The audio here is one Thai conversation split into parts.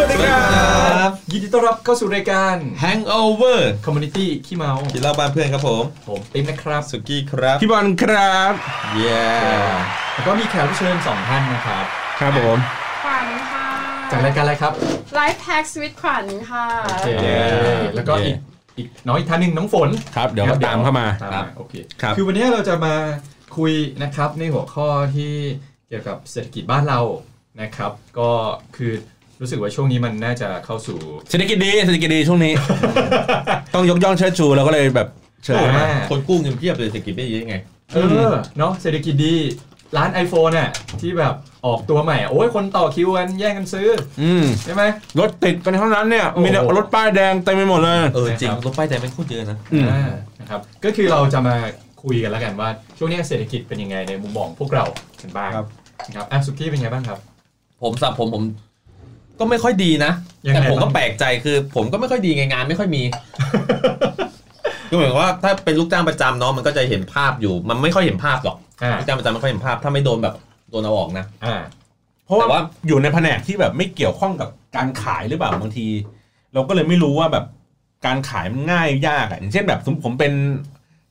วัสดีครับยินดีต้อนรับเข้าสู่รายการ Hangover Community ขี้เมา กินเหล้าบ้านเพื่อนครับผม ผมติ๊มนะครับ สุกี้ครับ พี่บอลครับ เย้ แล้วก็มีแขกรับเชิญสองท่านนะครับ ครับผม ขวัญค่ะ จากรายการอะไรครับ ไลฟ์แพ็กสวิตขวัญค่ะ โอเคแล้วก็อีกอีกน้อยท่านหนึ่งน้องฝน ครับเดี๋ยว นะครับ ตามเข้ามา ตมโอเค ครับ คือวันนี้เราจะมาคุยนะครับในหัวข้อที่เกี่ยวกับเศรษฐกิจบ้านเรานะครับ ก็คือรู้สึกว่าช่วงนี้มันน่าจะเข้าสู่ เศรษฐกิจดีเศรษฐกิจดีช่วงนี้ ต้องยกย่องเชิดชูเราก็เลยแบบเชิญมา คนกู้เงินเพียบเลยเศรษฐกิจไม่ดียังไง เออเนาะเศรษฐกิจดีร้าน iPhone น่ะที่แบบออกตัวใหม่อ่ะโอ้ยคนต่อคิวกันแย่งกันซื้อ อืม ใช่ไหม รถติดกันเท่านั้นเนี่ย โอ้โห มีแต่รถป้ายแดงเต็มไปหมดเลย เออจริง ครับ รถป้ายแดงแม่งโคตรเยอะนะ อืม อ่านะครับก็คือเราจะมาคุยกันแล้วกันว่า ช่วงนี้เศรษฐกิจเป็นยังไงในมุมมองพวกเรากันบ้าง ครับ นะครับอ่ะสุกี้เป็นไงบ้างครับ ผมสับผมผมก็ไม่ค่อยดีนะ ยังไง แต่ผมก็ บ้าง แปลกใจคือ ผมก็ไม่ค่อยดีไงงานไม่ค่อย มี ก็เหมือนว่าถ้าเป็นลูกจ้างประจำเนาะมันก็จะเห็นภาพอยู่ มันไม่ค่อยเห็นภาพหรอก อ่า ลูกจ้างประจำไม่ค่อยเห็นภาพ ถ้าไม่โดนแบบโดนเอาออกนะ อ่า เพราะ แต่ว่า ว่าอยู่ในแผนกที่แบบไม่เกี่ยวข้องกับการขายหรือเปล่าบางที เราก็เลยไม่รู้ว่าแบบการขายมันง่ายยากอะอย่างเช่นแบบสมมุติผมเป็น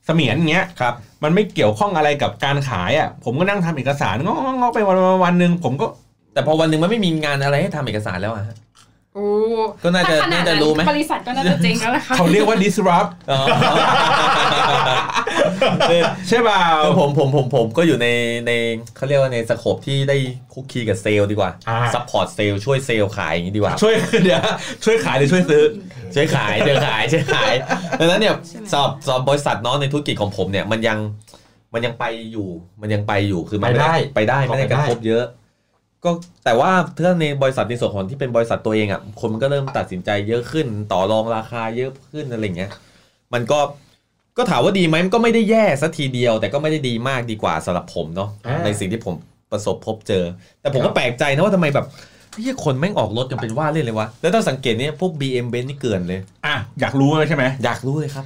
เสมียนเงี้ย ครับ มันไม่เกี่ยวข้องอะไรกับการขายอ่ะผมก็นั่งทำเอกสารงอกๆๆไปวันๆวันหนึ่งผมก็ แต่พอวันหนึ่งมันไม่มีงานอะไรให้ทำเอกสารแล้วอะ โอ้ ก็น่าจะ ถ้ขด น่าจะรู้ไหม บริษัทก็น่าจะเจ๊งแล้วล่ะค่ะ เขาเรียกว่า disrupt อ๋อ ใช่เปล่า เออผมผมผมผมก็อยู่ในในเขาเรียกว่าในสโคปที่ได้คุกคีกับเซลล์ดีกว่า อ่า ซัพพอร์ตเซลล์ช่วยเซลล์ขายอย่างนี้ดีกว่า ช่วยเดี๋ยวช่วยขายหรือช่วยซื้อ ช่วยขายช่วยขายช่วย ขายดังนั้นเนี่ย ใช่ไหม สอบสอบบริษัทเน้องในธุรกิจของผมเนี่ยมันยังมันยังไปอยู่มันยังไปอยู่คือมัน ไปได้ ไปได้ไม่ได้ ไป ก ได้ ระทบเยอะ ก็แต่ว่าถ้าในบริษัทในส่วนของที่เป็นบริษัทตัวเองอ่ะคนมันก็เริ่มตัดสินใจเยอะขึ้น ต่อรองราคาเยอะขึ้นอะไรอย่างเงี้ยมันก็ก็ถามว่าดีไหมมันก็ไม่ได้แย่สัทีเดียว แต่ก็ไม่ได้ดีมากดีกว่าสำหรับผมเนาะ อ่า ในสิ่งที่ผมประสบพบเจอ แต่ผมก็แปลกใจนะว่าทำไมแบบเฮ้ยคนแม่งออกรถกันเป็นว่าเล่นเลยวะแล้วถ้าสังเกตเนี่ยพวก BM Benz นี่เกินเลย อ่ะ อยากรู้ใช่ไหม อยากรู้เลยครับ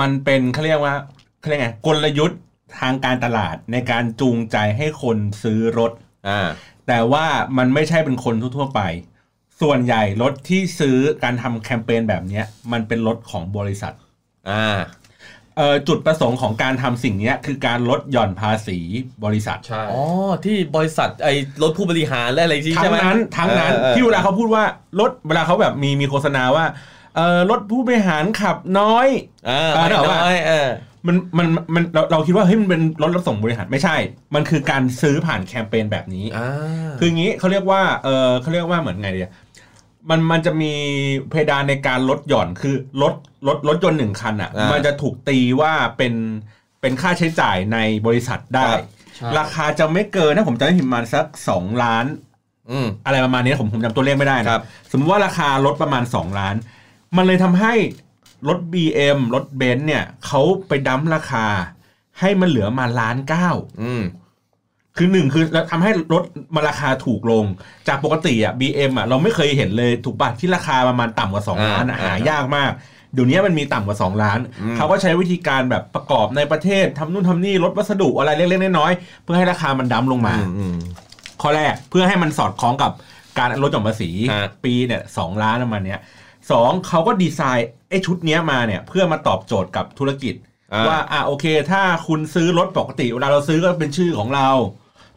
มันเป็นเขาเรียกว่าเขาเรียกไงกลยุทธ์ทางการตลาดในการจูงใจให้คนซื้อรถ อ่า แต่ว่ามันไม่ใช่เป็นคนทั่วๆไป ส่วนใหญ่รถที่ซื้อการทำแคมเปญแบบเนี้ยมันเป็นรถของบริษัท อ่า เอ่อจุดประสงค์ของการทำสิ่งเนี้ยคือการลดหย่อนภาษีบริษัท ใช่ อ๋อ ที่บริษัทไอ้รถผู้บริหารและอะไรที่ ทั้ ใช่ ง ไหม นั้นทั้งนั้น ออออ ที่เวลาเขาพูดว่ารถเวลาเขาแบบมีมีโฆษณาว่าเอ่อรถผู้บริหารขับน้อย เออ เออ ไม่ เดี๋ยวว่า น้อยเออ มันมันมันเราเราคิดว่าเฮ้ยมันเป็นรถรับส่งบริหารไม่ใช่ มันคือการซื้อผ่านแคมเปญแบบนี้ อ่า คืออย่างนี้เขาเรียกว่าเออเขาเรียกว่าเหมือนไงดีอะมันมันจะมีเพดานในการลดหย่อนคือรถรถรถยนต์หนึ่งคันอ่ะ อ่ามั มันจะถูกตีว่าเป็นเป็นค่าใช้จ่ายในบริษัทได้ ครับ ใช่ ราคาจะไม่เกินนะผมจำได้ประมาณสัก 2 ล้าน อืม อะไรประมาณนี้ผมผมจำตัวเลขไม่ได้ ครั นะ บ สมมติว่าราคาลดประมาณ 2 ล้าน มันเลยทำให้รถ BM รถเบนซ์เนี่ยเขาไปดั้มราคา ให้มันเหลือมาล้านเก้า อืม คือหนึ่งคือทำให้รถมาราคาถูกลง จากปกติอ่ะ BM อ่ะเราไม่เคยเห็นเลยถูกปะที่ราคาประมาณต่ำกว่า 2 ล้านอะ อ่า หายากมาก เดี๋ยวนี้มันมีต่ำกว่า 2 ล้าน อืม เขาก็ใช้วิธีการแบบประกอบในประเทศทำนู่นทำนี่ลดวัสดุอะไรเล็กๆน้อยๆเพื่อให้ราคามันดั้มลงมา อืมอืม ข้อแรกเพื่อให้มันสอดคล้องกับการลดหย่อนภาษี ฮะ ปีเนี่ยสองล้านประมาณเนี้ยสองเขาก็ดีไซน์ไอ้ชุดเนี้ยมาเนี่ยเพื่อมาตอบโจทย์กับธุรกิจ อ่ ว่าอ่ะโอเค ถ้าคุณซื้อรถปกติเวลาเราซื้อก็เป็นชื่อของเรา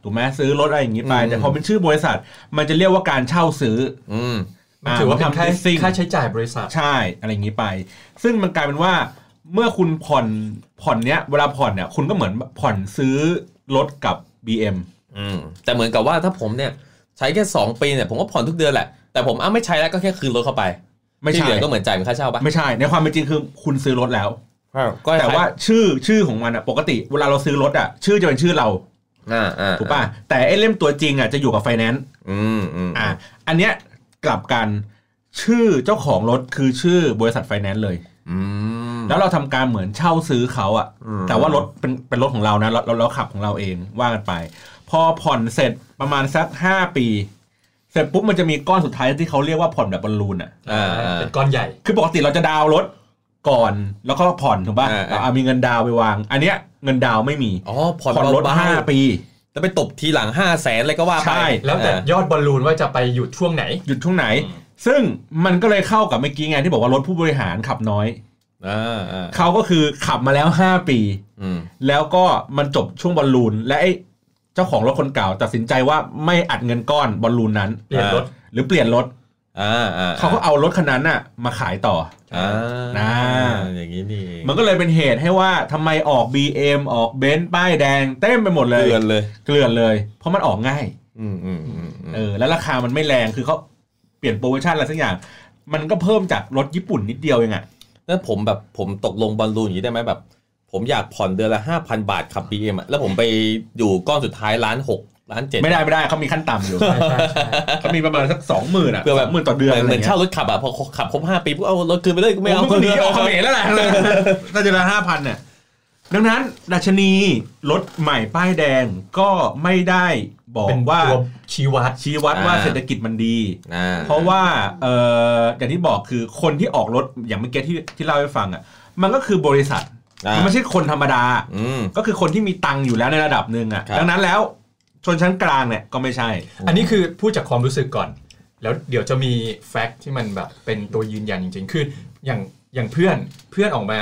ถูกไหมซื้อรถอะไรอย่างนี้ไป แต่พอเป็นชื่อบริษัท มันจะเรียกว่าการเช่าซื้อ อืม มันถือว่าเป็นค่า อ่ามันทำ leasing ค่าใช้จ่ายบริษัท ใช่อะไรอย่างนี้ไป ซึ่งมันกลายเป็นว่าเมื่อคุณผ่อนผ่อนเนี้ยเวลาผ่อนเนี่ยคุณก็เหมือนผ่อนซื้อรถกับ BM อืม แต่เหมือนกับว่าถ้าผมเนี่ย ใช้แค่สองปีเนี่ย ผมก็ผ่อนทุกเดือนแหละ แต่ผมอ้าวไม่ใช้แล้วก็แค่คืนรถเข้าไป ไม่ ที่ ใช่ เหลือก็เหมือนจ่ายเป็นค่าเช่าปะ ไม่ใช่ในความเป็นจริงคือคุณซื้อรถแล้ว ก็ แต่ว่าชื่อชื่อของมันอะปกติเวลาเราซื้อรถอะชื่อจะเป็นชื่อเรา อ่าอ่า ถูกป่ะแต่ไอ้เล่มตัวจริงอะจะอยู่กับไฟแนนซ์ อืมอืม อ่ะอันเนี้ยกลับกันชื่อเจ้าของรถคือชื่อบริษัทไฟแนนซ์เลย อืม แล้วเราทำการเหมือนเช่าซื้อเขาอะ อืม แต่ว่ารถเป็นเป็นรถของเรานะเราเราเราขับของเราเองว่ากันไป พอผ่อนเสร็จประมาณสัก 5 ปี เสร็จปุ๊บมันจะมีก้อนสุดท้ายที่เขาเรียกว่าผ่อนแบบบอลลูนอะ อ่าอ่า เป็นก้อนใหญ่ คือปกติเราจะดาวน์รถก่อนแล้วก็ผ่อนถูกป่ะ อ่า เราเอามีเงินดาวน์ไปวาง อันเนี้ยเงินดาวน์ไม่มี อ๋อ ผ่อน รถ เบาๆ ห้าปี แล้วไปตบทีหลังห้าแสนอะไรก็ว่าไป ใช่ แล้วแต่ยอดบอลลูนว่าจะไปอยู่ช่วงไหน หยุดช่วงไหน อืม ซึ่งมันก็เลยเข้ากับเมื่อกี้ไงที่บอกว่ารถผู้บริหารขับน้อย อ่าอ่า เขาก็คือขับมาแล้ว 5 ปี อืม แล้วก็มันจบช่วงบอลลูน และไอ้เจ้าของรถคนเก่าตัดสินใจว่าไม่อัดเงินก้อนบอลลูนนั้น เปลี่ยนรถ หรือเปลี่ยนรถ อ่าอ่า เขาก็เอารถคันนั้นน่ะมาขายต่อ อ่า น่า อย่างนี้นี่เอง มันก็เลยเป็นเหตุให้ว่าทำไมออก BM ออกเบนซ์ป้ายแดง เต็มไปหมดเลย เตือนเลย เกลือนเลย เพราะมันออกง่าย อืมอืมอืมอืม เออ แล้วราคามันไม่แรงคือเขาเปลี่ยนโปรโมชั่นอะไรสักอย่าง มันก็เพิ่มจากรถญี่ปุ่นนิดเดียวเองอะ แล้วผมแบบผมตกลงบอลลูนอย่างนี้ได้ไหมแบบ ผมอยากผ่อนเดือนละห้าพันบาทขับบีเอ็มแล้วผมไปอยู่ก้อนสุดท้ายล้านหกล้านเจ็ด ไม่ได้ไม่ได้เขามีขั้น ต่ำอยู่ ใช่ใช่ใช่ เขามีประมาณสักสองหมื่นอะ เพื่อแบบ หมื่นต่อเดือน เหมืเหมืออะไรนงี้ย เช่ารถขับอ่ะพอขับครบห้าปีปุ๊บเอารถคืนไปเลยกูไม่เอา ผมก็หนีออกเขมรแล้วแหละน่าจะละห้าพันเนี่ยดังนั้น ดัชนีรถใหม่ป้ายแดงก็ไม่ได้บอก เป็นว่า ว่า ชี้วัด ชี้วัดว่า อ่า เศรษฐกิจมันดี อ่ เพราะว่าเอ่ออย่างที่บอกคือคนที่ออกรถอย่างเมื่อกี้ที่ที่เล่าให้ฟังอ่ะมันก็คือบริษัท อ่า มันไม่ใช่คนธรรมดา อืม ก็คือคนที่มีตังค์อยู่แล้วในระดับหนึ่งอ่ะ ครับ ดังนั้นแล้วชนชั้นกลางเนี่ยก็ไม่ใช่ อันนี้คือพูดจากความรู้สึกก่อน แล้วเดี๋ยวจะมีแฟกต์ที่มันแบบเป็นตัวยืนยันจริงๆ คืออย่างอย่างเพื่อนเพื่อนออกมา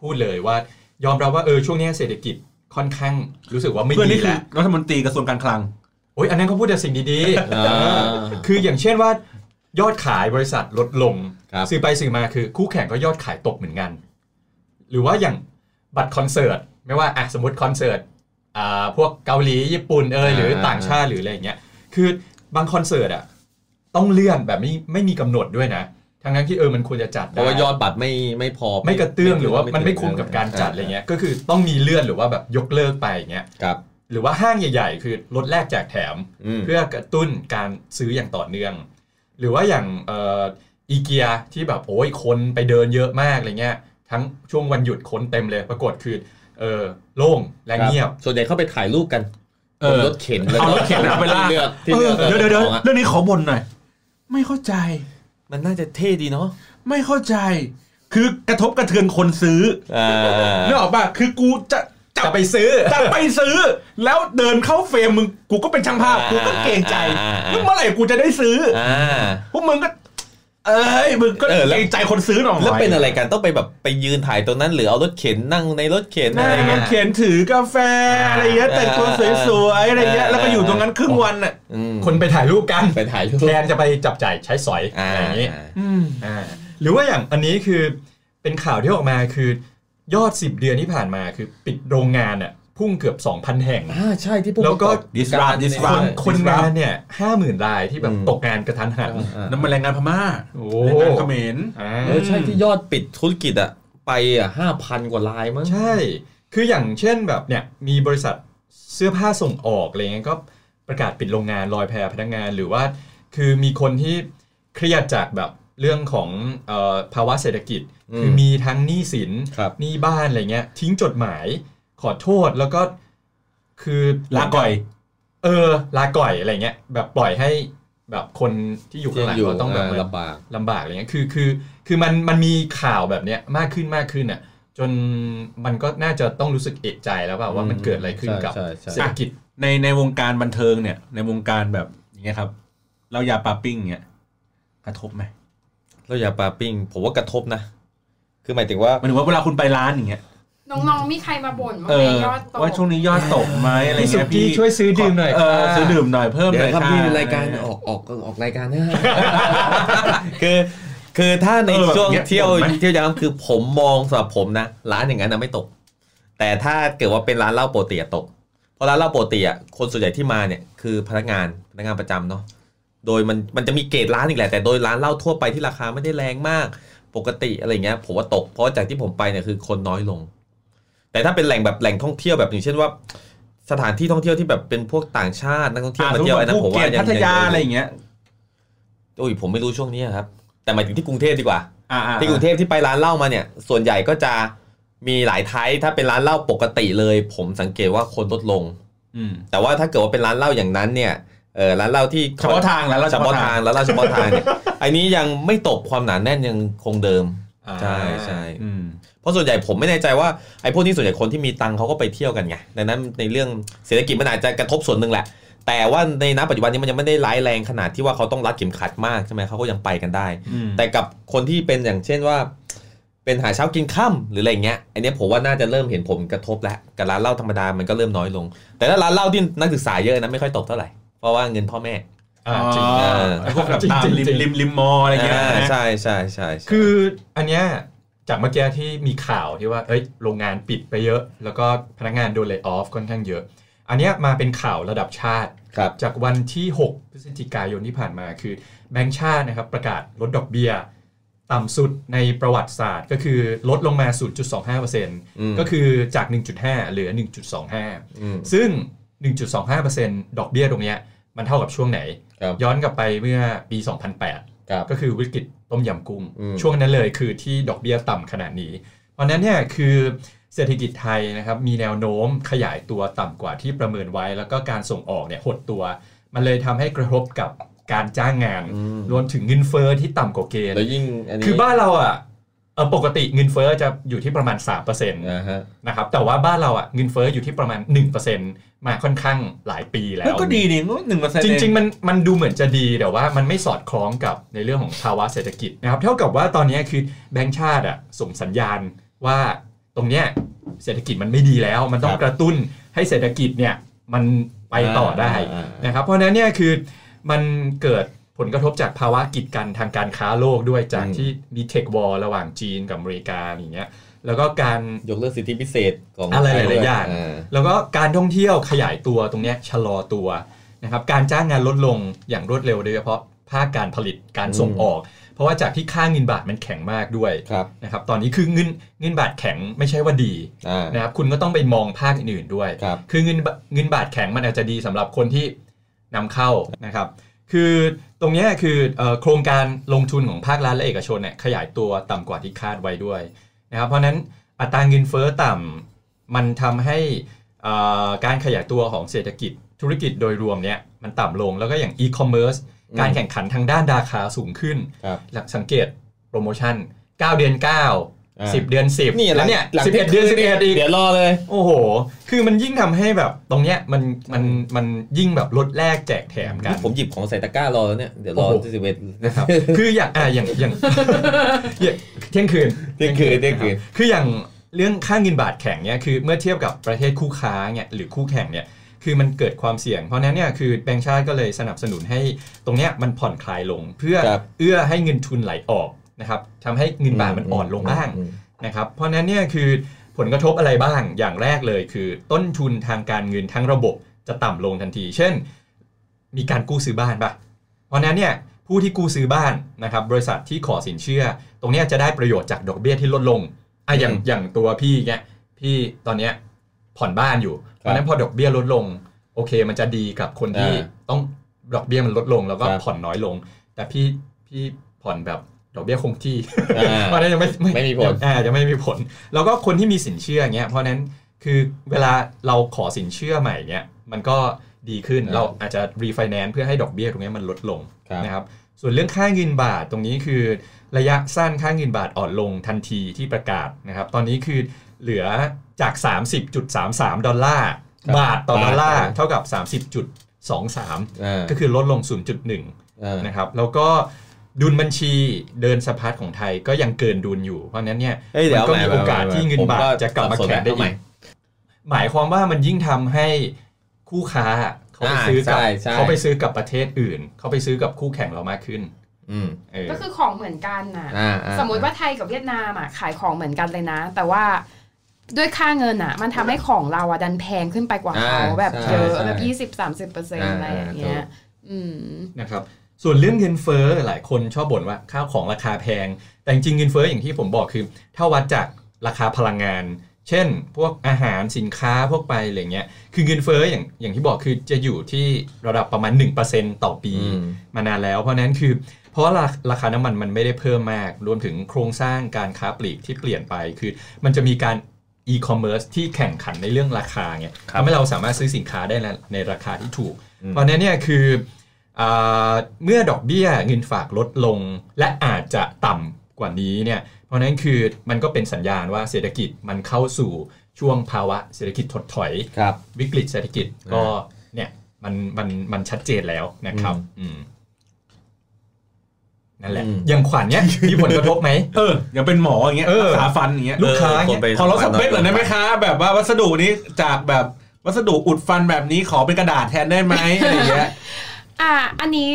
พูดเลยว่ายอมรับว่าเออช่วงเนี้ยเศรษฐกิจค่อนข้างรู้สึกว่าไม่ เพื่อน ดี นี่คือ แล้ว รัฐมนตรีกระทรวงการคลัง โอ้ยอันนั้นเขาพูดแต่สิ่งดีๆ อ่า เออคืออย่างเช่นว่ายอดขายบริษัทลดลง ครับ สื่อไปสื่อมาคือคู่แข่งก็ยอดขายตกเหมือนกัน หรือว่าอย่างบัตรคอนเสิร์ตไม่ว่าอ่ะสมมติคอนเสิร์ตอ่าพวกเกาหลีญี่ปุ่นเอยหรือต่างชาติหรืออะไรอย่างเงี้ยคือบางคอนเสิร์ตอ่ะต้องเลื่อนแบบไม่ไม่มีกำหนดด้วยนะทั้งนั้นที่เออมันควรจะจัด เพราะว่าย ได้ อดบัตรไม่ไม่พอ ไม่กระเตื้องหรือว่ามันไม่ ถึง คุ้มกับการจัดอะไรเงี้ยก็คือต้องมีเลื่อนหรือว่าแบบยกเลิกไปอย่างเงี้ย ครับ หรือว่าห้างใหญ่ ๆ คือลดแลกแจกแถม อืม เพื่อกระตุ้นการซื้ออย่างต่อเนื่อง หรือว่าอย่างเอ่ออีเกียที่แบบโอ้ยคนไปเดินเยอะมากอะไรเงี้ย ทั้งช่วงวันหยุดคนเต็มเลย ปรากฏคือเออโล่งและเงียบ ส่วนใหญ่เข้าไปถ่ายรูปกัน เออ ผมรถเข็น เอารถเข็นเอาไปลาก ที่เลือกเออที่เลือกเดี๋ยวเดี๋ยวเดี๋ยว ของอะ เรื่องนี้ขอบ่นหน่อยไม่เข้าใจ มันน่าจะเท่ดีเนาะ ไม่เข้าใจ คือกระทบกระเทือนคนซื้อ อ่า เนื้อออกป่ะ คือกูจะจะ จะ ไป ไปซื้อ จะไปซื้อ แล้วเดินเข้าเฟรมมึง กูก็เป็นช่างภาพ กูก็เกรงใจแล้วเมื่อไหร่กูจะได้ซื้อ อ่า พวกมึงก็ เอ้ย มึงก็ เออแล้ว เกรงใจคนซื้อหน่อย แล้วเป็นอะไรกันต้องไปแบบไปยืนถ่ายตรงนั้นหรือเอารถเข็นนั่งในรถเข็น นั่ อะไร งร เงี้ ถ ย เขียนถือกาแฟอะไรเงี้ยแต่งตัวสวยๆอะไรเงี้ย แล้วก็อยู่ตรงนั้นครึ่งวันน่ะ อืม คนไปถ่ายรูปกัน ไปถ่ายรูป แทนจะไปจับจ่ายใช้สอย อ่า อะไรอย่างนี้ อืม อ่าหรือว่าอย่างอันนี้คือเป็นข่าวที่ออกมาคือยอด 10 เดือนที่ผ่านมาคือปิดโรงงานอ่ะพุ่งเกือบ 2,000 แห่ง อ่าใช่ที่พูด แล้วก็ disrupt การ ค disrupt นคนงานเนี่ยห้าหมื่นรายที่แบบ อืม ตกงานกระทันหัน อ่า น้ำมันแรงงานพม่า โอ้ แรงงานเขมร อ่า เออใช่ที่ยอดปิดธุรกิจอะไปอะห้าพันกว่าลายมั้ง ใช่ คืออย่างเช่นแบบเนี่ยมีบริษัทเสื้อผ้าส่งออกอะไรเงี้ยก็ประกาศปิดโรงงานลอยแพพนักงาน หรือว่าคือมีคนที่เครียดจากแบบเรื่องของเออภาวะเศรษฐกิจ คือมีทั้งหนี้สิน ครับ หนี้บ้านอะไรเงี้ยทิ้งจดหมายขอโทษแล้วก็คือ ลาก่อย เออลาก่อยอะไรเงี้ยแบบปล่อยให้แบบคนที่อยู่ข้างหลัง อยู่ เขาต้องแบบเหมือน ลำบาก ลำบากอะไรเงี้ย คือ คือ คือ มัน มันมีข่าวแบบเนี้ยมากขึ้น มากขึ้นอ่ะ จนมันก็น่าจะต้องรู้สึกเอกใจแล้วเปล่าว่ามันเกิดอะไรขึ้นกับ ใช่ใช่ใช่ เศรษฐกิจ ในในวงการบันเทิงเนี่ย ในวงการแบบอย่างเงี้ยครับเรายาปาปิ้งเนี่ยกระทบไหม แล้วยาปลาปิ้งผมว่ากระทบนะ คือหมายถึงว่า หมายถึงว่าเวลาคุณไปร้านอย่างเงี้ย น้องๆ มีใครมาบ่นบ้าง เอ ไหอมย อดตก ว่าช่วงนี้ยอดตกไหมอะไร พี่สุ เงี้ย กี้ช่วยซื้อดื่มหน่อย เออ ค่ะ ซื้อดื่มหน่อยเพิ่มหน่อย ครับ ค่ะ พี่รายการออกออกออกรายการนะ คือคือถ้าในช่วงเที่ยวเที่ยวยามคือผมมองสำหรับผมนะ ร้านอย่างนั้นนะไม่ตก แต่ถ้าเกิดว่าเป็นร้านเหล้าปกติอะตก เพราะร้านเหล้าปกติอะคนส่วนใหญ่ที่มาเนี่ยคือพนักงานพนักงานประจำเนาะโดยมันมันจะมีเกรดร้านอีกแหละแต่โดยร้านเหล้าทั่วไปที่ราคาไม่ได้แรงมาก ปกติอะไรเงี้ยผมว่าตกเพราะจากที่ผมไปเนี่ยคือคนน้อยลง แต่ถ้าเป็นแหล่งแบบแหล่งท่องเที่ยวแบบอย่างเช่นว่า สถานที่ท่องเที่ยวที่แบบเป็นพวกต่างชาตินักท่องเที่ยว อ่าสมามม เที่ยว ติ ไอ้นะ ภู ผม เก็ตว่ายัง พัทยา ยัง อะไรอย่างเงี้ย โอ้ยผมไม่รู้ช่วงนี้ครับ แต่หมายถึงที่กรุงเทพดีกว่า อ่าอ่า ที่กรุงเทพที่ไปร้านเหล้ามาเนี่ย ส่วนใหญ่ก็จะมีหลายไทยถ้าเป็นร้านเหล้าปกติเลย ผมสังเกตว่าคนลดลง อืม แต่ว่าถ้าเกิดว่าเป็นร้านเหล้าอย่างนั้นเนี่ยเออร้านเหล้าที่ เฉพาะทางแล้วเรา เฉพาะทางแล้วเหล้าเฉพาะทางเนี่ย ไอ้นี้ยังไม่ตกความหนาแน่นยังคงเดิม อ่า ใช่ใช่ อืม เพราะส่วนใหญ่ผมไม่แน่ใจว่าไอ้พวกที่ส่วนใหญ่คนที่มีตังค์เขาก็ไปเที่ยวกันไงดังนั้นในเรื่องเศรษฐกิจมันอาจจะกระทบส่วนหนึ่งแหละ แ แต่ว่าในณปัจจุบันนี้มันยังไม่ได้ร้ายแรงขนาดที่ว่าเขาต้องรัดเข็มขัดมากใช่ไหมเขาก็ยังไปกันได้ แต่กับคนที่เป็นอย่างเช่นว่า เป็นหาเช้ากินค่ำหรืออะไรเงี้ยอันเนี้ยผมว่าน่าจะเริ่มเห็นผลกระทบแล้วกับร้านเหล้าธรรมดามันก็เริ่มน้อยลง แต่ถ้าร้านเหล้าที่นักศึกษาเยอะนะไม่ค่อยตกเท่าไหร่เพราะว่าเงินพ่อแม่ อ่าจริง อ๋อไอ้พวกแบบตาม จริงๆ ริม จริงๆ ริมริมมออะไรเงี้ย อ่า นะ ใช่ใช่ใช่ใช่ คืออันเนี้ยจากเมื่อกี้ที่มีข่าวที่ว่าเอ้ยโรงงานปิดไปเยอะ แล้วก็พนักงานโดนเลย์ออฟค่อนข้างเยอะ อันเนี้ยมาเป็นข่าวระดับชาติ ครับ จากวันที่ 6 พฤศจิกายนที่ผ่านมาคือแบงก์ชาตินะครับประกาศลดดอกเบี้ย ต่ำสุดในประวัติศาสตร์ ก็คือลดลงมา ม 0.25%ก็คือจาก 1.5 เหลือ 1.25 อืม ซึ่ง 1.25%ดอกเบี้ยตรงเนี้ยมันเท่ากับช่วงไหน ครับ ย้อนกลับไปเมื่อปี 2008 ครับ ก็คือวิกฤตต้มยำกุ้ง อืม ช่วงนั้นเลยคือที่ดอกเบี้ยต่ำขนาดนี้ เพราะฉะนั้นเนี่ยคือเศรษฐกิจไทยนะครับมีแนวโน้มขยายตัวต่ำกว่าที่ประเมินไว้ แล้วก็การส่งออกเนี่ยหดตัว มันเลยทำให้กระทบกับการจ้างงาน รวมถึงเงินเฟอ้อที่ต่ำกว่าเกณฑ์ แล้วยิ่งอันนี้ คือบ้านเราอ่ะเอ่อปกติเงินเฟอ้อจะอยู่ที่ประมาณ 3%น อ่าฮะ ะครับแต่ว่าบ้านเราอ่ะเงินเฟอ้ออยู่ที่ประมาณ 1%มาค่อนข้างหลายปีแล้ว แล้วก็ดีดีหนึ่งเปอร์เซ็นต์ จริงๆมันมันดูเหมือนจะดีแต่ว่ามันไม่สอดคล้องกับในเรื่องของภาวะเศรษฐกิจนะครับเท่ากับว่าตอนนี้คือแบงก์ชาติอะส่งสัญญาณว่าตรงเนี้ยเศรษฐกิจมันไม่ดีแล้ว มันต้องกระตุ้นให้เศรษฐกิจเนี่ยมันไปต่อได้ าอ่า นะครับเพราะฉะนั้นเนี่ยคือมันเกิดผลกระทบจากภาวะกีดกันทางการค้าโลกด้วยจากที่มีเทควอลระหว่างจีนกับอเมริกาอย่างเงี้ยแล้วก็การ ยกเลิกสิทธิพิเศษของ อะไรหลายๆ ด้ว อย่าง า แล้วก็การท่องเที่ยวขยายตัวตรงเนี้ยชะลอตัวนะครับการจ้างงานลดลงอย่างรวดเร็วโดยเฉพาะภาคการผลิตการส่ง อืม ออก เพราะว่าจากที่ค่าเงินบาทมันแข็งมากด้วย ครับ นะครับตอนนี้คือเงินเงินบาทแข็งไม่ใช่ว่าดี อ่า นะครับคุณก็ต้องไปมองภาคอื่นๆด้วย ครับ คือเงินบาเงินบาทแข็งมันอาจจะดีสำหรับคนที่นำเข้านะครับ คือตรงเนี้ยคือเอ่อโครงการลงทุนของภาครัฐและเอกชนเนี่ยขยายตัวต่ำกว่าที่คาดไว้ด้วยนะครับ เพราะฉะนั้นอัตราเงินเฟ้อต่ำมันทำให้เอ่อการขยายตัวของเศรษฐกิจธุรกิจโดยรวมเนี่ยมันต่ำลงแล้วก็อย่างอีคอมเมิร์ซ อืม การแข่งขันทางด้านราคาสูงขึ้น ครับ สังเกตโปรโมชั่น 9 เดือน 9 อ่า 10 เดือน 10 นี่หลั แล้ว ง เนี่ย หลัง 11 เดือน 11อีก เดี๋ยวรอเลย โอ้โห คือมันยิ่งทำให้แบบตรงเนี้ยมันมันมันยิ่งแบบลดแลกแจกแถมกัน ผมหยิบของใส่ตะกร้ารอแล้วเนี่ย เดี๋ยวรอ โอ้โห ที่สิบเอ็ด นะครับ คืออย่างอ่าอย่างอย่าง อย่างเที่ยงคืน เที่ยงคืนเที่ยงคืน ะรับคืออย่างเรื่องค่าเงินบาทแข็งเนี่ยคือเมื่อเทียบกับประเทศคู่ค้าเนี่ยหรือคู่แข่งเนี่ยคือมันเกิดความเสี่ยง เพราะฉะนั้นเนี่ยคือแบงก์ชาติก็เลยสนับสนุนให้ตรงเนี้ยมันผ่อนคลายลง เพื่อ ครับ เอื้อให้เงินทุนไหลออกนะครับทำให้เงินบาทมันอ่อนลงบ้าง นะครับเพราะฉะนั้นเนี่ยคือผลกระทบอะไรบ้างอย่างแรกเลยคือ ต้นทุนทางการเงินทั้งระบบจะต่ำลงทันที เช่น มีการกู้ซื้อบ้านปะเพราะฉะนั้นเนี่ยผู้ที่กู้ซื้อบ้านนะครับบริษัทที่ขอสินเชื่อ ตรงเนี้ยจะได้ประโยชน์จากดอกเบี้ยที่ลดลงอ่ะอย่าง อืม อย่างตัวพี่เนี่ยพี่ตอนเนี้ยผ่อนบ้านอยู่เพราะฉะนั้นพอดอกเบี้ยลดลงโอเค มันจะดีกับคนที่ อ่า ต้องดอกเบี้ยมันลดลงแล้วก็ ครับ ผ่อนน้อยลง แต่พี่พี่ผ่อนแบบดอกเบี้ยคงที่ อ่า เพราะฉะนั้นยังไม่ ไม่มีผล อ่ายังไม่มีผล แล้วก็คนที่มีสินเชื่ออย่างเงี้ยเพราะฉะนั้นคือเวลาเราขอสินเชื่อใหม่เงี้ยมันก็ดีขึ้นเราอาจจะรีไฟแนนซ์เพื่อให้ดอกเบี้ยตรงเนี้ยมันลดลง ครับ นะครับส่วนเรื่องค่าเงินบาทตรงนี้คือระยะสั้นค่าเงินบาทอ่อนลงทันทีที่ประกาศนะครับตอนนี้คือเหลือจาก 30.33 ดอลลาร์ ครับ บาทต่อบ าท ดอลลาร์เท่ากับ 30.23 อ่า ก็คือลดลง 0.1 อ่า นะครับแล้วก็ดุลบัญชีเดินสะพัดของไทยก็ยังเกินดุลอยู่ เพราะฉะนั้นเนี่ย เฮ้ย มั เดี๋ยว ก็มีโอกาส มม ที่เงินบาท ผ จะกลับมา สัส แข็งได้ ล้ว อีกหมายความว่ามันยิ่งทำให้คู่ค้าเขาไป อ่า ซื้อกับ ใช่ใช่ เขาไปซื้อกับประเทศอื่น เขาไปซื้อกับคู่แข่งเรามากขึ้น อืม เออ ก็คือของเหมือนกันน่ะ อ่าอ่ สมมุติว่าไทยกับเวียดนามอ่ะขายของเหมือนกันเลยนะ แต่ว่าด้วยค่าเงินอ่ะ มันทำให้ของเราอ่ะดันแพงขึ้นไปกว่าเขาแบบเยอะแบบยี่สิบสามสิบเปอร์เซ็นต์อะไรอย่างเงี้ย อืม นะครับส่วนเรื่องเงินเฟ้อหลายคนชอบบ่นว่าข้าวของราคาแพง แต่จริงๆเงินเฟ้ออย่างที่ผมบอกคือถ้าวัดจากราคาพลังงาน เช่น พวกอาหารสินค้าพวกไปอะไรเงี้ยคือเงินเฟ้ออย่างอย่างที่บอกคือจะอยู่ที่ระดับประมาณ 1%ต่อปี อืม มานานแล้วเพราะฉะนั้นคือเพราะราราคาน้ำมันมันไม่ได้เพิ่มมาก รวมถึงโครงสร้างการค้าปลีกที่เปลี่ยนไปคือมันจะมีการอีคอมเมิร์ซที่แข่งขันในเรื่องราคาเนี่ย ครับ ทำให้เราสามารถซื้อสินค้าได้ในในราคาที่ถูก อืม เพราะฉะนั้นเนี่ยคืออาเมื่อดอกเบี้ยเงินฝากลดลง และอาจจะต่ำกว่านี้เนี่ยเพราะฉะนั้นคือมันก็เป็นสัญญาณว่าเศรษฐกิจมันเข้าสู่ช่วงภาวะเศรษฐกิจถดถอย ครับ วิกฤตเศรษฐกิจก็เนี่ย มันมันมันชัดเจนแล้วนะครับ อืมนั่นแหละ อืม อย่างขวัญ เนี้ยมีผลกระทบไหม เอออย่างเป็นหมออย่างเงี้ย เออ รักษาฟันอย่างเงี้ย ลูกค้า เออคนไป ขอลดสเปคหน่อยได้ไหมคะ แบบว่าวัสดุนี้จากแบบวัสดุอุดฟันแบบนี้ขอเป็นกระดาษแทนได้ไหมอะไรอย่างเงี้ย อ่ะอันนี้